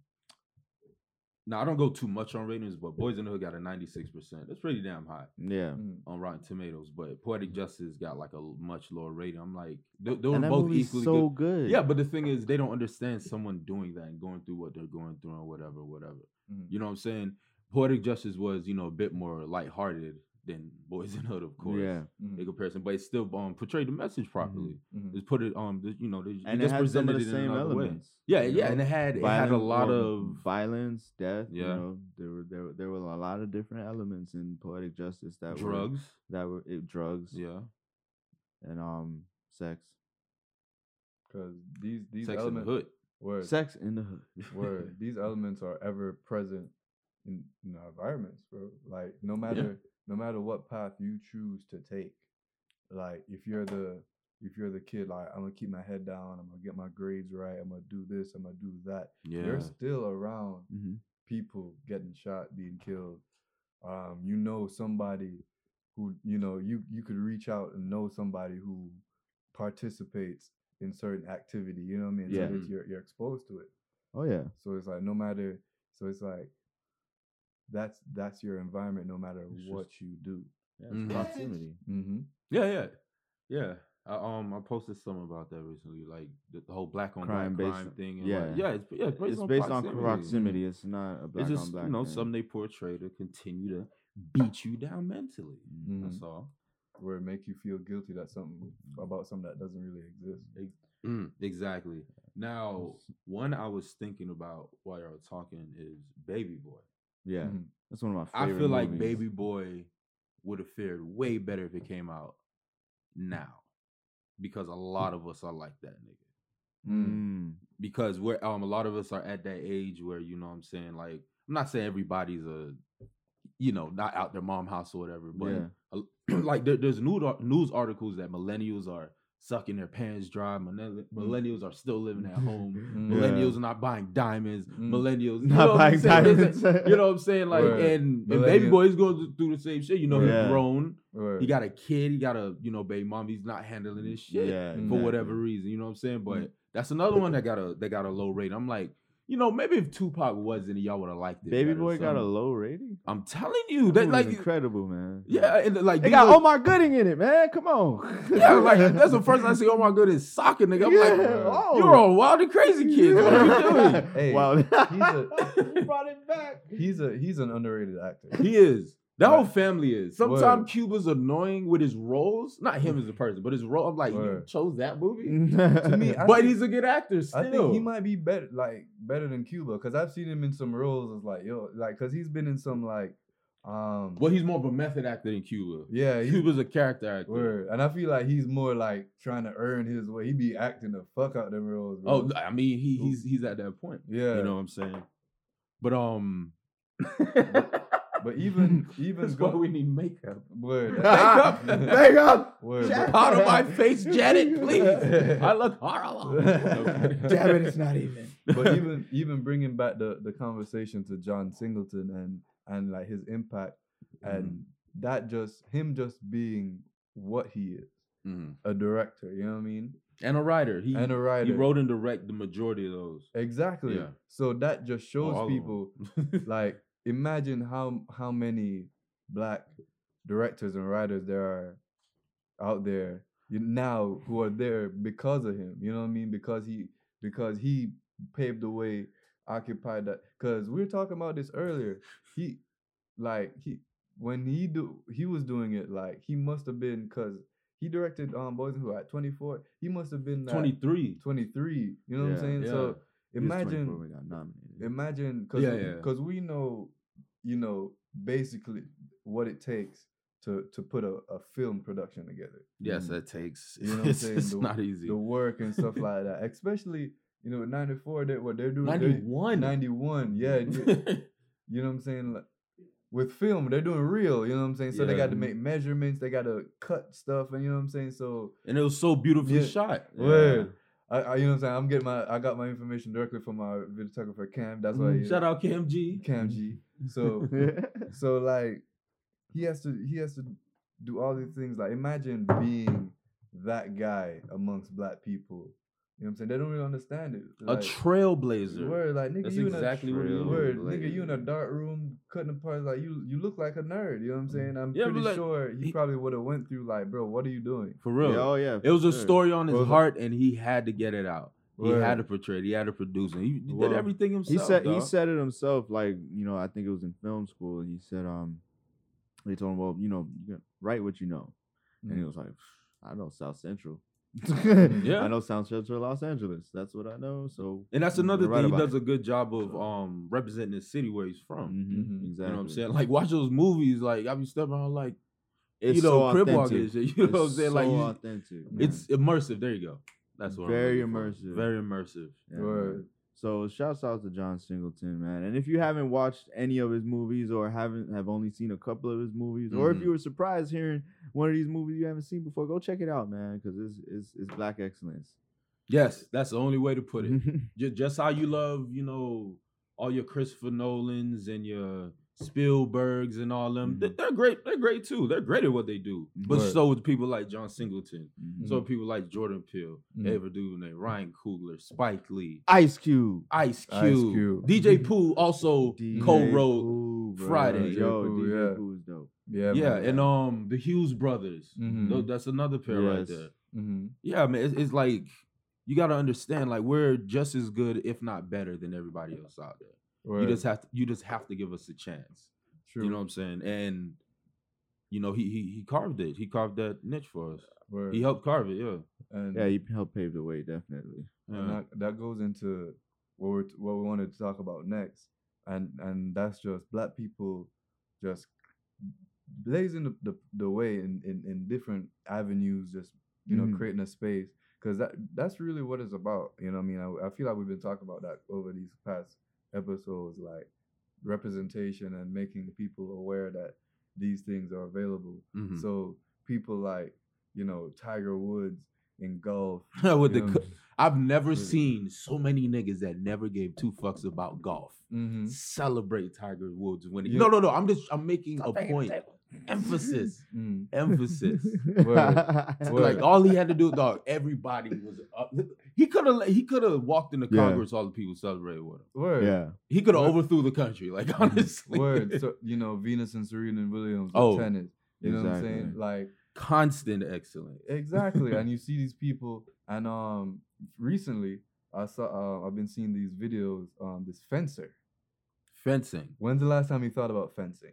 now i don't go too much on ratings but boys in the hood got a 96% that's pretty damn high yeah, on rotten tomatoes but poetic justice got like a l- much lower rating i'm like they, they were Mm-hmm. and that both movie's equally so good good. yeah, but the thing is, they don't understand someone doing that and going through what they're going through and whatever, whatever. Mm-hmm. You know what I'm saying? Poetic Justice was, you know, a bit more lighthearted than Boys in the Hood, of course. yeah, Mm-hmm. Mm-hmm. In comparison, but it still um portrayed the message properly. It's put it um, th- you know, they, and they it just had some presented of the it in same another elements. way. Yeah, you yeah, know? and it had it had a Violence lot or of violence, death. Yeah. you know, there were there were- there were a lot of different elements in poetic justice that drugs. were that were it, drugs, Yeah, and um, sex, Because these these sex in the elements hood. word sex in the hood. word these elements are ever present in, in our environments, bro. Like no matter no matter what path you choose to take, like if you're the if you're the kid, like I'm gonna keep my head down, I'm gonna get my grades right, I'm gonna do this, I'm gonna do that. Yeah, You're still around hmm people getting shot, being killed. Um, you know somebody who you know you you could reach out and know somebody who participates in certain activity. You know what I mean? Yeah. So that you're you're exposed to it. Oh yeah, So it's like no matter. So it's like that's that's your environment, no matter It's what you do. yeah Mhm. it's proximity. Mm-hmm. yeah, yeah, yeah. I, um, I posted something about that recently, like the, the whole black on Crime black based crime on- thing. And yeah. like, yeah, it's, yeah, it's based, It's on, based on proximity. proximity. It's not a black It's just on black. you know thing. something they portray to continue to beat you down mentally. That's Mm-hmm. all. mm-hmm. Where it make you feel guilty that something about something that doesn't really exist. Mm. exactly. Now, one I was thinking about while y'all were talking is Baby Boy. Yeah, Mhm. that's one of my. Mm-hmm. I favorite feel like movies. Baby Boy would have fared way better if it came out now, because a lot of us are like that, nigga. Mm. because we're um a lot of us are at that age where you know what I'm saying like I'm not saying everybody's a you know not out their mom house or whatever but Yeah. a- like there, there's news ar- news articles that millennials are sucking their pants dry millenni- Mm. millennials are still living at home Yeah. millennials are not buying diamonds Mm. millennials you know Not what I'm buying saying? There's diamonds. a- you know what I'm saying like Word. and, and baby Millennial- boy is going through the same shit you know Yeah. he's grown Where he got a kid he got a you know baby mom he's not handling his shit Yeah, for For exactly. whatever reason. You know what I'm saying? But Mm. that's another one that got a that got a low rate. I'm like, you know, maybe if Tupac wasn't, y'all would have liked it. Baby better. boy got a Some- low rating. I'm telling That you, that movie's like, incredible, man. yeah, and like They these got are- Omar Gooding in it, man. Come on. yeah, like that's the first I see. Oh my goodness, soccer nigga. I'm like, Yeah, oh. you're a wild and crazy kid. What are you doing? Hey, Wow. a- You brought it back. he's a he's an underrated actor. He is. That whole Right. family is. Sometimes Word. Cuba's annoying with his roles. Not him as a person, but his role. I'm like, you Word. chose that movie. to me, I but think- he's a good actor still. I think he might be better, like better than Cuba, because I've seen him in some roles. It's like yo, like because he's been in some like, um, But he's more of a method actor than Cuba. yeah, he's Cuba's a character actor. word, and I feel like he's more like trying to earn his way. He be acting the fuck out them roles. Bro. Oh, I mean, he, Who- he's he's at that point. yeah, You know what I'm saying? But um, but even even that's why go, we need makeup. word, up. Wake up. word, Jack- Out of my face, Janet, please. I look horrible. Damn not even. but even even bringing back the the conversation to John Singleton and and like his impact and Mm-hmm. that just him just being what he is Mhm. a director you know what i mean and a writer. He and a writer he wrote and directed the majority of those. exactly Yeah. Oh, so that just shows all of 'em. people like imagine how how many black directors and writers there are out there you- now who are there because of him you know what i mean because he because he paved the way occupied that because we were talking about this earlier he like he when he do he was doing it like he must have been because he directed um boys who at 24 he must have been like, Twenty three. 23 you know what Yeah, i'm saying so He was 24 imagine when he got nominated. imagine because Yeah, yeah. because we know you know basically what it takes to to put a, a film production together Yes, Mm. that takes. You know what I'm it's saying? it's The- not easy. the work and stuff like that especially you know 94 they, what they're doing they're- Ninety one. 91 yeah you, you know what i'm saying like, with film they're doing real you know what i'm saying so they Yeah. got to make measurements they got to cut stuff and you know what i'm saying so and it was so beautifully Yeah. shot. Yeah. word. I, I, you know what I'm saying? I'm getting my I got my information directly from my videographer Cam. That's why you- Mm-hmm. Shout out Cam G. Cam G. So so like he has to he has to do all these things like imagine being that guy amongst black people you know what i'm saying they don't really understand it a like, trailblazer. word like nigga That's you exactly in a what it is. word nigga you in a Trailblazer. dark room cutting apart like you you look like a nerd you know what i'm saying i'm Mm. Yeah, but pretty like, sure he, he- probably would have went through like bro what are you doing For Yeah, real. oh yeah, it was a for sure. story on his Well, heart, and he had to get it out. He Word. had to portray it. He had to produce it. He, he Well, did everything He himself. said he dawg. said it himself. Like you know, I think it was in film school. and He said um, they told him, well, you know, you gotta write what you know, and Mm. he was like, I know South Central. I know South Central Los Angeles. That's what I know. So and that's you're another right thing. He about does it. a good job of um representing the city where he's from. Mhm, Mhm. exactly. You know what I'm saying? Like watch those movies. Like I be stepping out like It's you know so crib walking authentic. and shit. You know what I'm It's saying? so like you- authentic. man. it's immersive. There you go. That's what. I'm Very looking for. immersive. Very immersive. Yeah, man. Word. So shouts out to John Singleton, man. And if you haven't watched any of his movies or haven't have only seen a couple of his movies, or if Mhm. you were surprised hearing one of these movies you haven't seen before, go check it out, man, because it's, it's it's black excellence. Yes, that's the only way to put Mm-hmm. it. Ju- just how you love, you know, all your Christopher Nolans and your Spielbergs and all them. They- Mhm. They're great. They're great too. They're great at what they do. But Right. so is people like John Singleton. Mhm. So are people like Jordan Peele, Mm-hmm. Mhm. Ava DuVernay, Ryan Coogler, Spike Lee, Ice Mm-hmm. Cube, Ice Cube, Ice Cube. DJ Pooh also DJ co-wrote. Pooh, bro. Friday. Yo, DJ Pooh, DJ yeah. Pooh is dope. yeah yeah, man. and um the Hughes brothers. Mhm. Tho- That's another pair right Yes. there. Mhm. Yeah, man, it's, it's like you got to understand like we're just as good, if not better, than everybody else out there. Word. You just have to, you just have to give us a chance. True. You know what I'm saying? And you know he he he carved it. He carved that niche for us. Word. He helped carve it. Yeah. and Yeah, he helped pave the way, definitely. and Yeah. that, that goes into what we're t- what we wanted to talk about next and and that's just black people just blazing the, the, the way in, in in different avenues just you know Mm-hmm. Mhm. creating a space because that that's really what it's about you know what i mean I, I feel like we've been talking about that over these past episodes like representation and making people aware that these things are available Mhm. so people like you know tiger woods in golf With you the know, co- I've never Yeah. seen so many niggas that never gave two fucks about golf mhm. celebrate Tiger Woods winning. Yeah. No, no, no. I'm just I'm making a point. Emphasis. Mm. Emphasis. Word. Like Word. all he had to do, dog. Everybody was up. He could have. He could have walked into Yeah. Congress. All the people celebrated with him. Word. yeah, He could have Word. Mm-hmm. overthrew the country. Like honestly, Word. So, you know, Venus and Serena Williams with Oh, tennis. You know what I'm saying? exactly. Like constant excellence. exactly. and you see these people and um recently I saw uh, I've been seeing these videos um this fencer. Fencing. When's the last time you thought about fencing?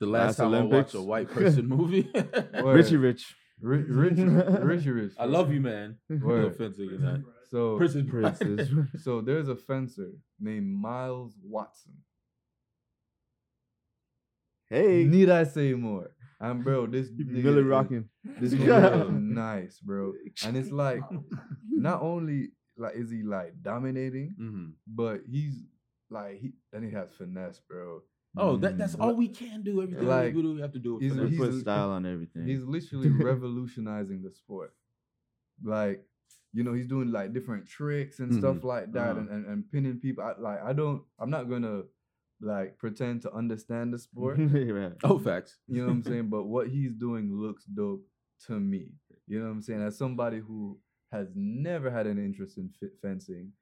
The Last last, time Olympics. I watched a white person movie. Word. Richie Rich. Rich rich rich rich. I love you, man. No Word. fencing in that. So Prison Prince Princess. is- so there's a fencer named Miles Watson. hey, Need I say more? And bro, this nigga Millie is- rocking. This nigga is nice, bro. And it's like not only like is he like dominating, hmm but he's like he and he has finesse, bro. Oh, that, that's Mm. all we can do. Everything Like, we do, we have to do with he's- He finesse. put he's- style on everything. He's literally revolutionizing the sport. Like, you know, he's doing like different tricks and stuff like that Uh-huh. and, and, and pinning people. I, like I don't I'm not gonna like pretend to understand the sport. right. Oh, facts. You know what I'm saying? But what he's doing looks dope to me. You know what I'm saying? As somebody who has never had an interest in fit fencing,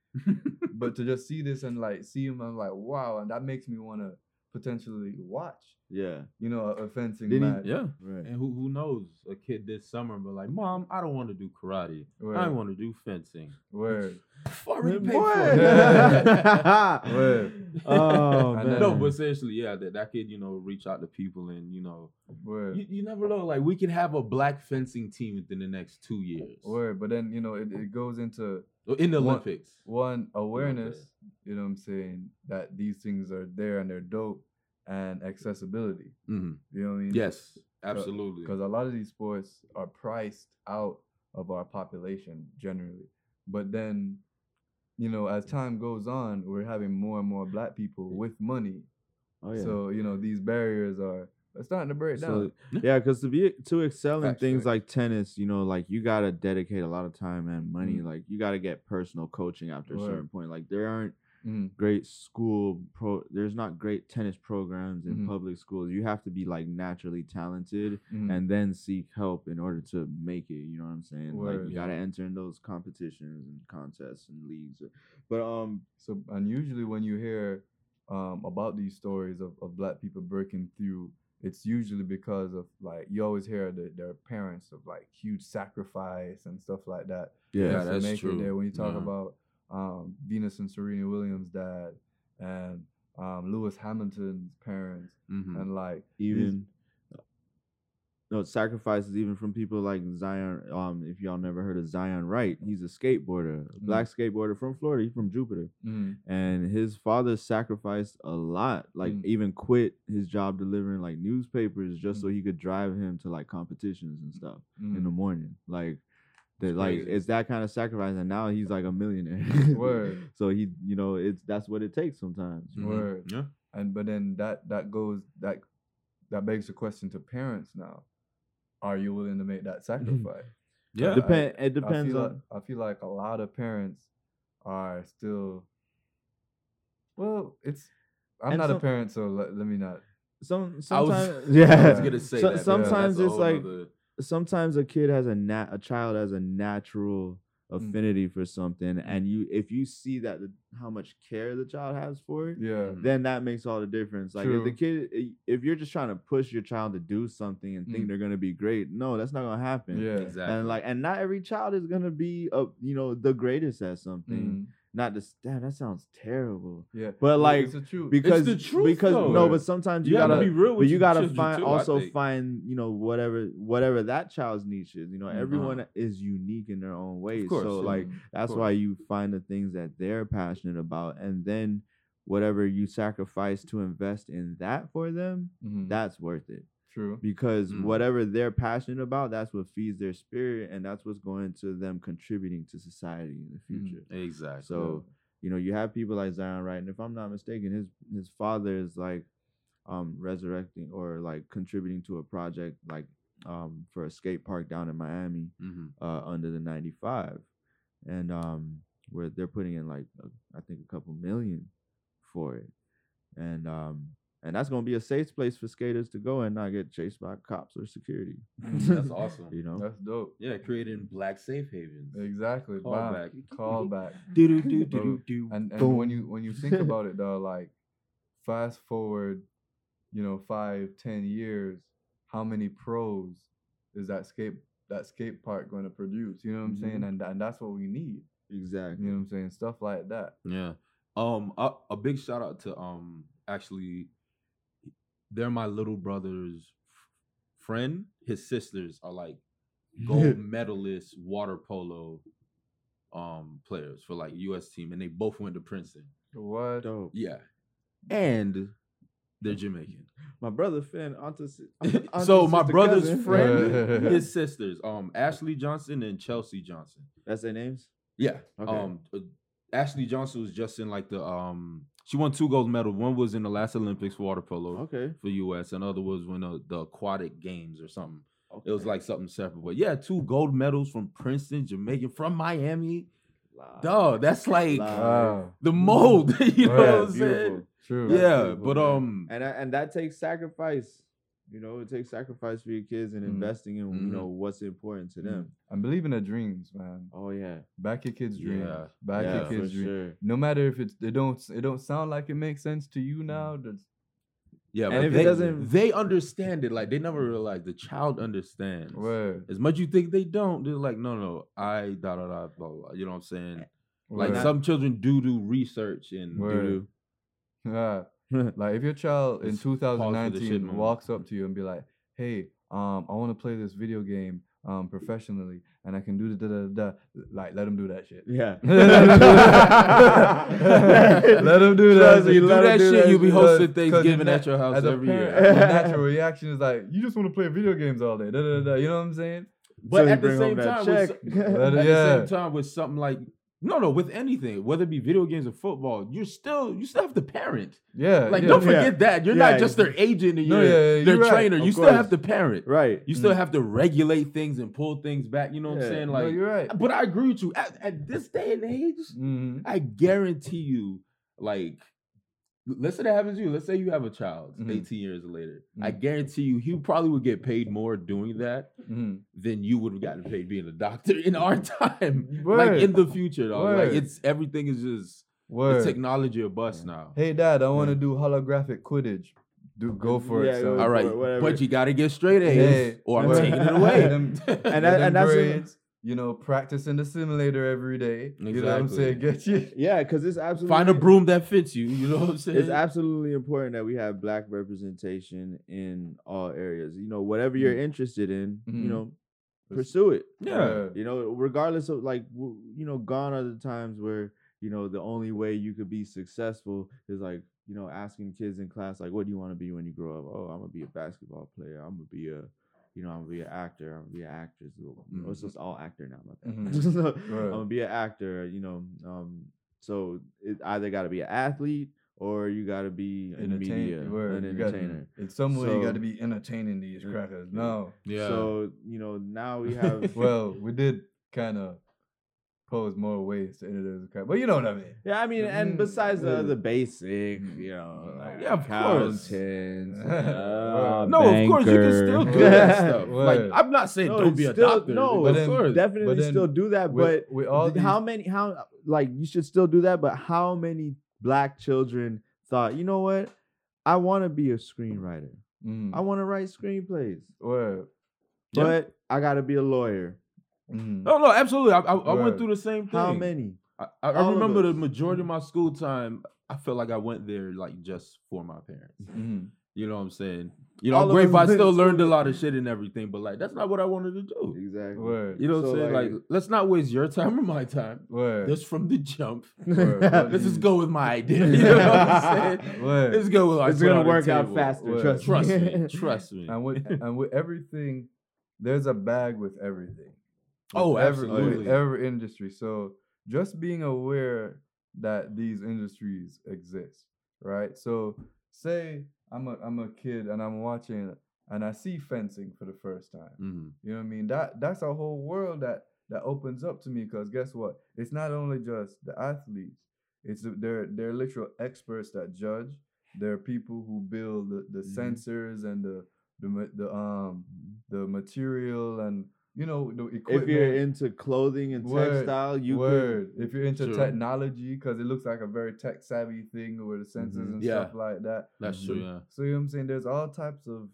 but to just see this and like see him, I'm like, wow, and that makes me want to potentially watch. Yeah. You know, a, a fencing Did he- match. Yeah. Right. And who who knows a kid this summer, but like, mom, I don't want to do karate. I Word. want to do fencing. Word. Already paid for Boy. it. Word. oh I man. Um, No, but seriously, yeah, that, that kid, you know, reach out to people and you know, Word. you, you never know. Like we can have a black fencing team within the next two years. Word. But then, you know, it, it goes into Or in the One- Olympics. one awareness, bit. you know what I'm saying, that these things are there and they're dope and accessibility. Mhm. You know what I mean? Yes, absolutely. Because a lot of these sports are priced out of our population generally. But then, you know, as time goes on, we're having more and more black people with money. Oh yeah. So, you know, these barriers are are starting to break So, down. yeah, because to be to excel in Facts, things facts. like tennis, you know, like you gotta dedicate a lot of time and money. Mm. Like you gotta get personal coaching after a Right. certain point. Like there aren't Mm, great school pro. There's not great tennis programs in Mhm. public schools. You have to be like naturally talented mm, and then seek help in order to make it. You know what I'm saying? like Word. you gotta enter in those competitions and contests and leagues. But um, so and usually when you hear um, about these stories of, of black people breaking through, it's usually because of like you always hear that their parents of like huge sacrifice and stuff like that. yeah, Yeah, to that's make true. it there. When you talk Yeah. about um, Venus and Serena Williams' dad and um, Lewis Hamilton's parents, Mm. Mhm. and like even uh, no sacrifices even from people like Zion. Um, if y'all never heard of Zion Wright, he's a skateboarder, a Mm. black skateboarder from Florida. He's from Jupiter, mm, and his father sacrificed a lot. Like Mm. even quit his job delivering like newspapers just Mm. so he could drive him to like competitions and stuff in the mm, morning. Like. That, It's like crazy. it's that kind of sacrifice, and now he's like a millionaire. Word. so he, you know, it's that's what it takes sometimes. Mhm. word. Yeah. and but then that that goes that that begs the question to parents now: Are you willing to make that sacrifice? Yeah. Dep- Depend. It I Mm-hmm. depends feel on. Like, I feel like a lot of parents are still. Well, it's. I'm And not some- a parent, so let, let me not. Some I was, sometimes I yeah. was gonna say So- that. sometimes it's like- the sometimes a kid has a nat a child has a natural Mm. affinity for something, and you if you see that the, how much care the child has for it, Yeah. Mhm. then that makes all the difference. Like if the kid i- if you're just trying to push your child to do something and think Mm. they're gonna be great, no, that's not gonna happen. Yeah. exactly. And like, and not every child is gonna be a you know the greatest at something. Mm, Not to damn, that sounds terrible. yeah. But No, like it's the truth. because the truth, because no, though. but sometimes you, you, gotta, gotta be real but with you your gotta children, find too, I also think. find you know whatever whatever that child's niche is you know Mhm. everyone is unique in their own way Mm-hmm. course, so yeah. like Mm, that's course. why you find the things that they're passionate about and then whatever you sacrifice to invest in that for them mhm, that's worth it true. because Mm. whatever they're passionate about that's what feeds their spirit and that's what's going to them contributing to society in the Mhm. future Mm, exactly. so you know, you have people like Zion Wright, and if I'm not mistaken, his his father is like um resurrecting or like contributing to a project like um for a skate park down in Miami Mhm. uh under the 95 and um where they're putting in like uh, I think a couple million for it and um and that's going to be a safe place for skaters to go and not get chased by cops or security Mm-hmm. that's awesome. you know That's dope. Yeah, creating black safe havens. Exactly. Call Bam. back. Call back. Do do Bro, do do And, and Boom. when you when you think about it though, like fast forward, you know, five, ten years, how many pros is that skate that skate park going to produce? You know what I'm saying? And and that's what we need. You exactly know what I'm saying? Stuff like that. Yeah. Um a, a big shout out to um actually they're my little brother's f- friend. His sisters are like gold medalist water polo um players for like US team and they both went to Princeton. What? Dope. Yeah. And they're Jamaican. my brother Finn onto, so my brother's friend, Yeah. his sisters, um Ashley Johnson and Chelsea Johnson. That's their names. Yeah. Okay. Um, uh, Ashley Johnson was just in like the um. She won two gold medals. One was in the last Olympics for water polo Okay. for U.S. and other was when uh, the aquatic games or something. It was Okay. like something separate. But yeah, two gold medals from Princeton, Jamaican, from Miami. Dog, that's Live. like Wow. the mold. you know Yeah, what I'm saying? True. Yeah, beautiful, but man. um, and that- and that takes sacrifice. You know, it takes sacrifice for your kids and Mhm. investing in Mhm. you know what's important to um, them. And believe in their dreams, man. Mm-hmm. Oh yeah, Back your kids' dreams. Yeah. Back yeah, your for kids' dreams. sure. No matter if it's it don't it don't sound like it makes sense to Mm. you now. That's yeah, And but if it they, doesn't- they understand it. Like they never realize the child understands. word. As much you think they don't, they're like, no, no, I da da da blah blah. You know what I'm Eh, saying? Like word. some children do do research and Word. do Yeah. do. Like if your child in Just pause for the shit 2019 moment. walks up to you and be like, "Hey, um, I want to play this video game um professionally, and I can do the da da da,", da," like let them do that shit. Yeah. let them do that. Trust me, shit. you do Let 'em that shit, you be because- hosting 'cause the Thanksgiving at nat- your house as a every parent, year. the natural reaction is like, you just want to play video games all day. Da, da, da, da. You know what I'm saying? But you at the bring home same that time, with, check. so- Let at it, the yeah. same time with something like no, no, with anything, whether it be video games or football, you're still you still have to parent. Yeah. Like, yeah. don't Yeah. forget that you're Yeah. not just their agent and No, your yeah, yeah, their you're right. trainer. Of You still course. have to parent. Right. You still Mm. have to regulate things and pull things back. You know what Yeah. I'm saying? No, Like, no, you're right. but I agree with you. At, at this day and age, Mm-hmm. I guarantee you, like, let's say that happens to you. Let's say you have a child Mhm. 18 years later. I Mhm. guarantee you, he probably would get paid more doing that Mm-hmm. than you would have gotten paid being a doctor in our time. Word. Like in the future, though. Word. Like it's everything is just Word. it's technology or bust now. hey, Dad, I want to do holographic Quidditch. Do go for Yeah, it. go son. for All right, it, whatever. but you gotta get straight A's, Hey, or I'm word. taking it away. Them- And get that- them and that's what- grades, you know, practice in the simulator every day. You know what I'm Exactly. saying? Get you. Yeah, because it's absolutely Find a broom that fits you. You know what I'm saying? It's absolutely important that we have black representation in all areas. You know, whatever you're interested in, Mhm. you know, Let's- pursue it. yeah. Uh, You know, regardless of like, w- you know, gone are the times where you know the only way you could be successful is like, you know, asking kids in class like, "What do you want to be when you grow up?" Oh, I'm gonna be a basketball player. I'm gonna be a you know, I'm gonna be an actor. I'm gonna be an actress. Well, you know, It's Mhm. just all actor now. My bad. Mhm. So, Mm-hmm. Right. I'm gonna be an actor. You know, um, so it either got to be an athlete or you got to be in Entertain- media, an word, you gotta- entertainer. In some way, you got to So- be entertaining these Mm. crackers. Mm. No. Yeah. So you know, now we have. Well, we did kind of pose more ways to entertain the crackers, but you know what I mean. Yeah, I mean, Mm, and besides the, yeah. the basic, you know, like Mm-hmm. Yeah, of course. accountants, Word. No, of course you can still do that stuff. Like Word. I'm not saying No, don't it's be a still- doctor. no, of it's course. Definitely then still do that, With- but with all th- how these- many? How like you should still do that, but how many black children thought, you know what? I want to be a screenwriter. Mm, I want to write screenplays, word. Yeah. but I got to be a lawyer. Oh. Mm, no, no, absolutely. I, I, I Word. went through the same thing. How many? I, I- I All of remember the us. majority of my school time. I felt like I went there like just for my parents. mm, You know what I'm saying? You know, All I'm of grateful. us I been still to learned a school. lot of shit and everything, but like that's not what I wanted to do. Exactly. word. You know what So, I'm saying? Like, like- let's not waste your time or my time. Word. Just from the jump. word, word, Let's just mm, go with my idea. You know what I'm saying? Word. Let's go with what I it's put gonna on the work out table. faster. Well, Trust, Trust me. me. Trust me. and with and with everything, there's a bag with everything. Oh, every, absolutely. every industry. So just being aware that these industries exist, right? So say I'm a I'm a kid and I'm watching and I see fencing for the first time. Mhm. You know what I mean? That that's a whole world that that opens up to me because guess what? It's not only just the athletes. It's the, they're they're literal experts that judge. There are people who build the, the Mhm. sensors and the the ma- the um the material and you know the equipment. Mm-hmm. If you're into clothing and Word, textile, you could Word. If you're into True. technology, because it looks like a very tech savvy thing with the sensors Mhm. and Yeah. stuff like that. That's true. Yeah. Mm-hmm. So you know what I'm saying? There's all types of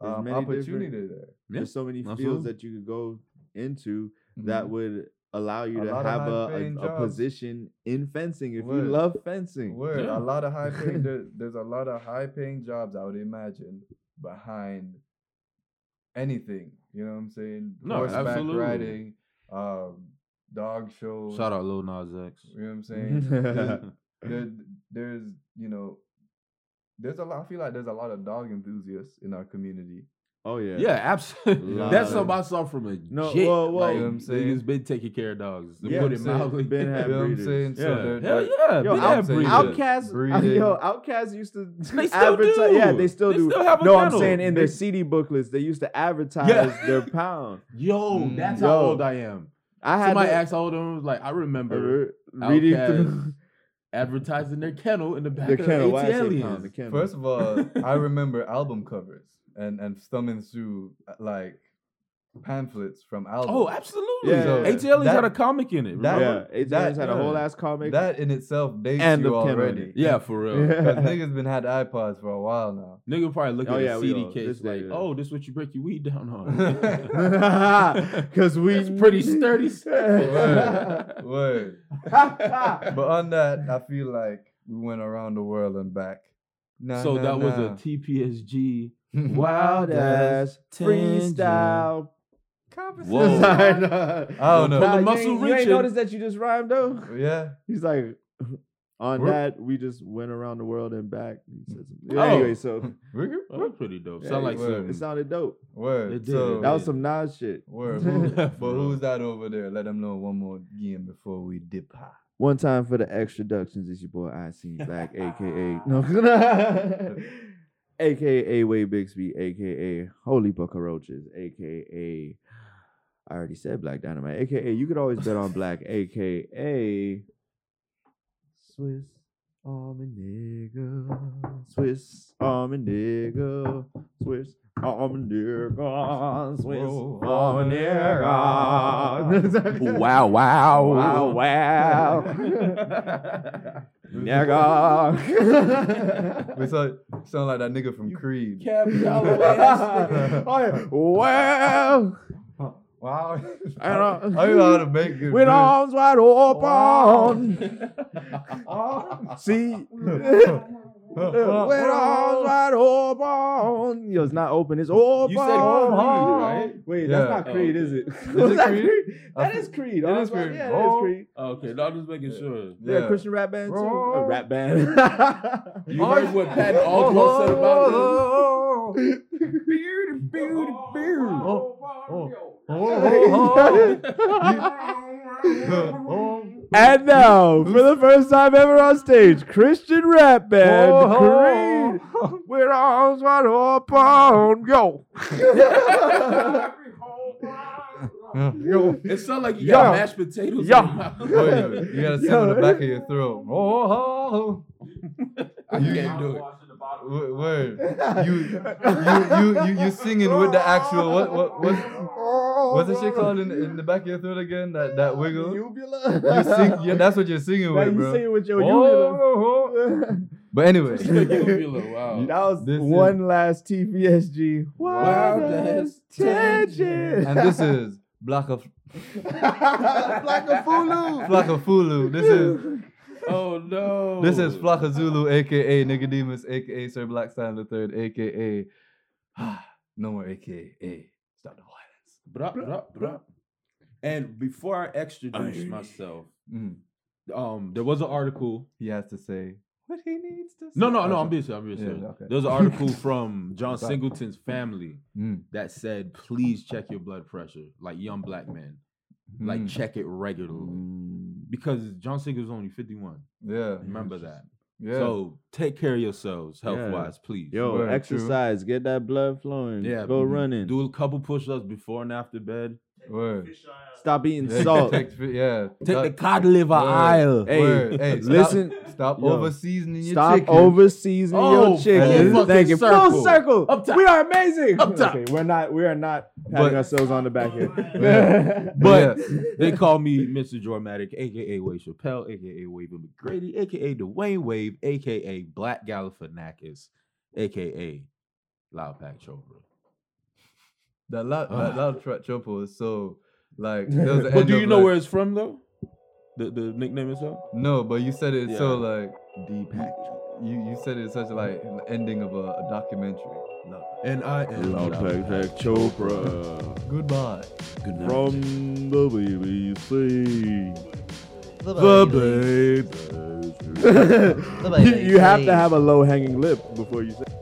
There's um, many different- opportunity there. Yeah, There's so many fields absolutely. Mm-hmm. that you could go into Mm-hmm. that would allow you A to lot of have a, high-paying a, a jobs. position in fencing if Word. you love fencing. Word. Yeah. A lot of high paying. there, there's a lot of high paying jobs I would imagine behind anything. You know what I'm saying? No, Horseback absolutely. riding, um, dog shows. Shout out Lil Nas X. You know what I'm saying? There's- there, there's you know, there's a lot. I feel like there's a lot of dog enthusiasts in our community. oh yeah. Yeah, absolutely. Lot That's of- something I saw from a No, jit. well, well, like, You know what I'm saying? niggas been taking care of dogs. To Yeah, put I'm it saying, mildly. been You having- know what I'm breeders. saying? yeah, hell they're- they're- yeah. Yo, big Out- ass breeder. Outcast, uh, Breeding. yo, Outcast used to They still advertise. do. Yeah, they still They do. still have a no, I'm kennel. saying in their They- CD booklets, they used to advertise their pound. Yo, Mm. that's how Yo. old I am. I had Somebody to- asked all of them was like, I remember Remember reading Outkast through advertising their kennel in the back the of kennel. Why I AT say pound, the Aliens. kennel. First of all, I remember album covers and and thumbing through uh, like pamphlets from albums. Oh, absolutely. Yeah, Yeah, yeah, yeah. ATLians had That- a comic in it. that- remember? yeah, AT Aliens that- had a whole yeah. ass comic. That in itself dates And you the Ken already. yeah, for real. Yeah. Because niggas been had iPods for a while now. Nigga probably look Oh, at yeah, a we CD all- case this like, nigga. oh, this what you break your weed down on. Cause we That's pretty sturdy Word. stuff. Word. But on that, I feel like we went around the world and back. Nah, so nah, that was nah. a TPSG Wild ass freestyle. Whoa. Sorry, no. I don't know. Pull Oh, the Nah, you muscle ain't- You ain't reaching. notice that you just rhymed though. yeah. He's like, on We're- that we just went around the world and back. He said something. Oh. Anyway, so Word. That was pretty dope. Yeah, Sound it like was. it some. sounded dope. Word. It did, it So, did. That was some Nas shit. Word. Who- For but real. who's that over there? Let them know one more game before we dip high. One time for the extra ductions, it's your boy I Seen Black, aka no, aka Way Bixby, aka Holy Buckaroaches, aka I already said Black Dynamite, aka you could always bet on Black, aka Swiss Army nigga, Swiss Army nigga, Swiss Army nigga, Swiss Whoa. Army nigga. Wow, wow, Wow, wow. wow. Nigga. We sound, sound like that nigga from Creed. Cab Calloway. well, Wow. I don't uh, I don't know how to make it. with arms wide open. See? uh, with arms wide open. Yo, it's not open, it's open. You said Creed, right? Wait, Yeah. that's not Oh, Creed, okay. is it? it Was that Creed? That is Creed. It arms is wide- Creed. Yeah, that is Oh. Creed. Okay, no, I'm just making sure. Yeah, Christian rap band too. A Oh. rap band. You heard what Patton Oswalt said about about this? this? Beauty, oh, oh. And now, for the first time ever on stage, Christian rap band Creed. With arms wide open, yo, Oh. yo, It sounds like you got Yeah. mashed potatoes. Yeah. In your mouth. Wait, you gotta sit on the back of your throat. Oh, I can't do it. word. You, you, you, you, you singing with the actual what, what, what's, what's the shit called in, in the back of your throat again? That, that wiggle. You Uvula. sing, yeah, that's what you're singing Now with, you bro. sing it with your uvula. Oh, oh, oh. But anyway, Uvula, wow. That was This is- one last TPSG. Wild ass tangent. and this is Black of Black of Fulu. Flock of Fulu. This is Oh no. this is Flock of Zulu, aka Nicodemus, aka Sir Black Sand Third, aka ah, No more AKA. Stop the violence. Bruh, bruh, bruh. And before I extraduce myself, Mm, um, there was an article. He has to say what he needs to say. No, no, no. I'm Okay. being serious. I'm being Yeah, serious. okay. There was an article from John Sorry. Singleton's family Mm, that said, "Please check your blood pressure, like young black men, like mm, check it regularly." mm. Because John Singleton's only 51. Yeah. Remember that. Yeah. So take care of yourselves health Yeah. wise, please. Yo, Word, true. exercise, get that blood flowing. Yeah, mm-hmm. go mhm. running. Do a couple push ups before and after bed. Word. Stop eating Take- salt. take- yeah. Take the That- cod liver Word. aisle. Hey, word. Hey, stop- listen. Stop Yo. over seasoning your Stop chicken. over seasoning Oh, your chicken. full Thank you. fucking Full circle. circle. Up top. We are amazing. Up top. Okay, we're not. We are not patting But- ourselves on the back here. Yeah. But Yeah. they call me Mr. Dramatic, aka Way Chappelle, aka Wave McGrady, aka Dwayne Wave, aka Black Galifianakis, aka Loud Pack Chopra. That loud, that loud tra- trouble is so like. there was an But end Ah. do of, you know like- where it's from though? The the nickname itself? No, but you said it so like Deepak. you you said it's such like an ending of a, a documentary. No. And I am Loud Pack Pack Chopra Goodbye. Good night. from the BBC. Bye-bye. The baby. you have to have a low hanging lip before you say.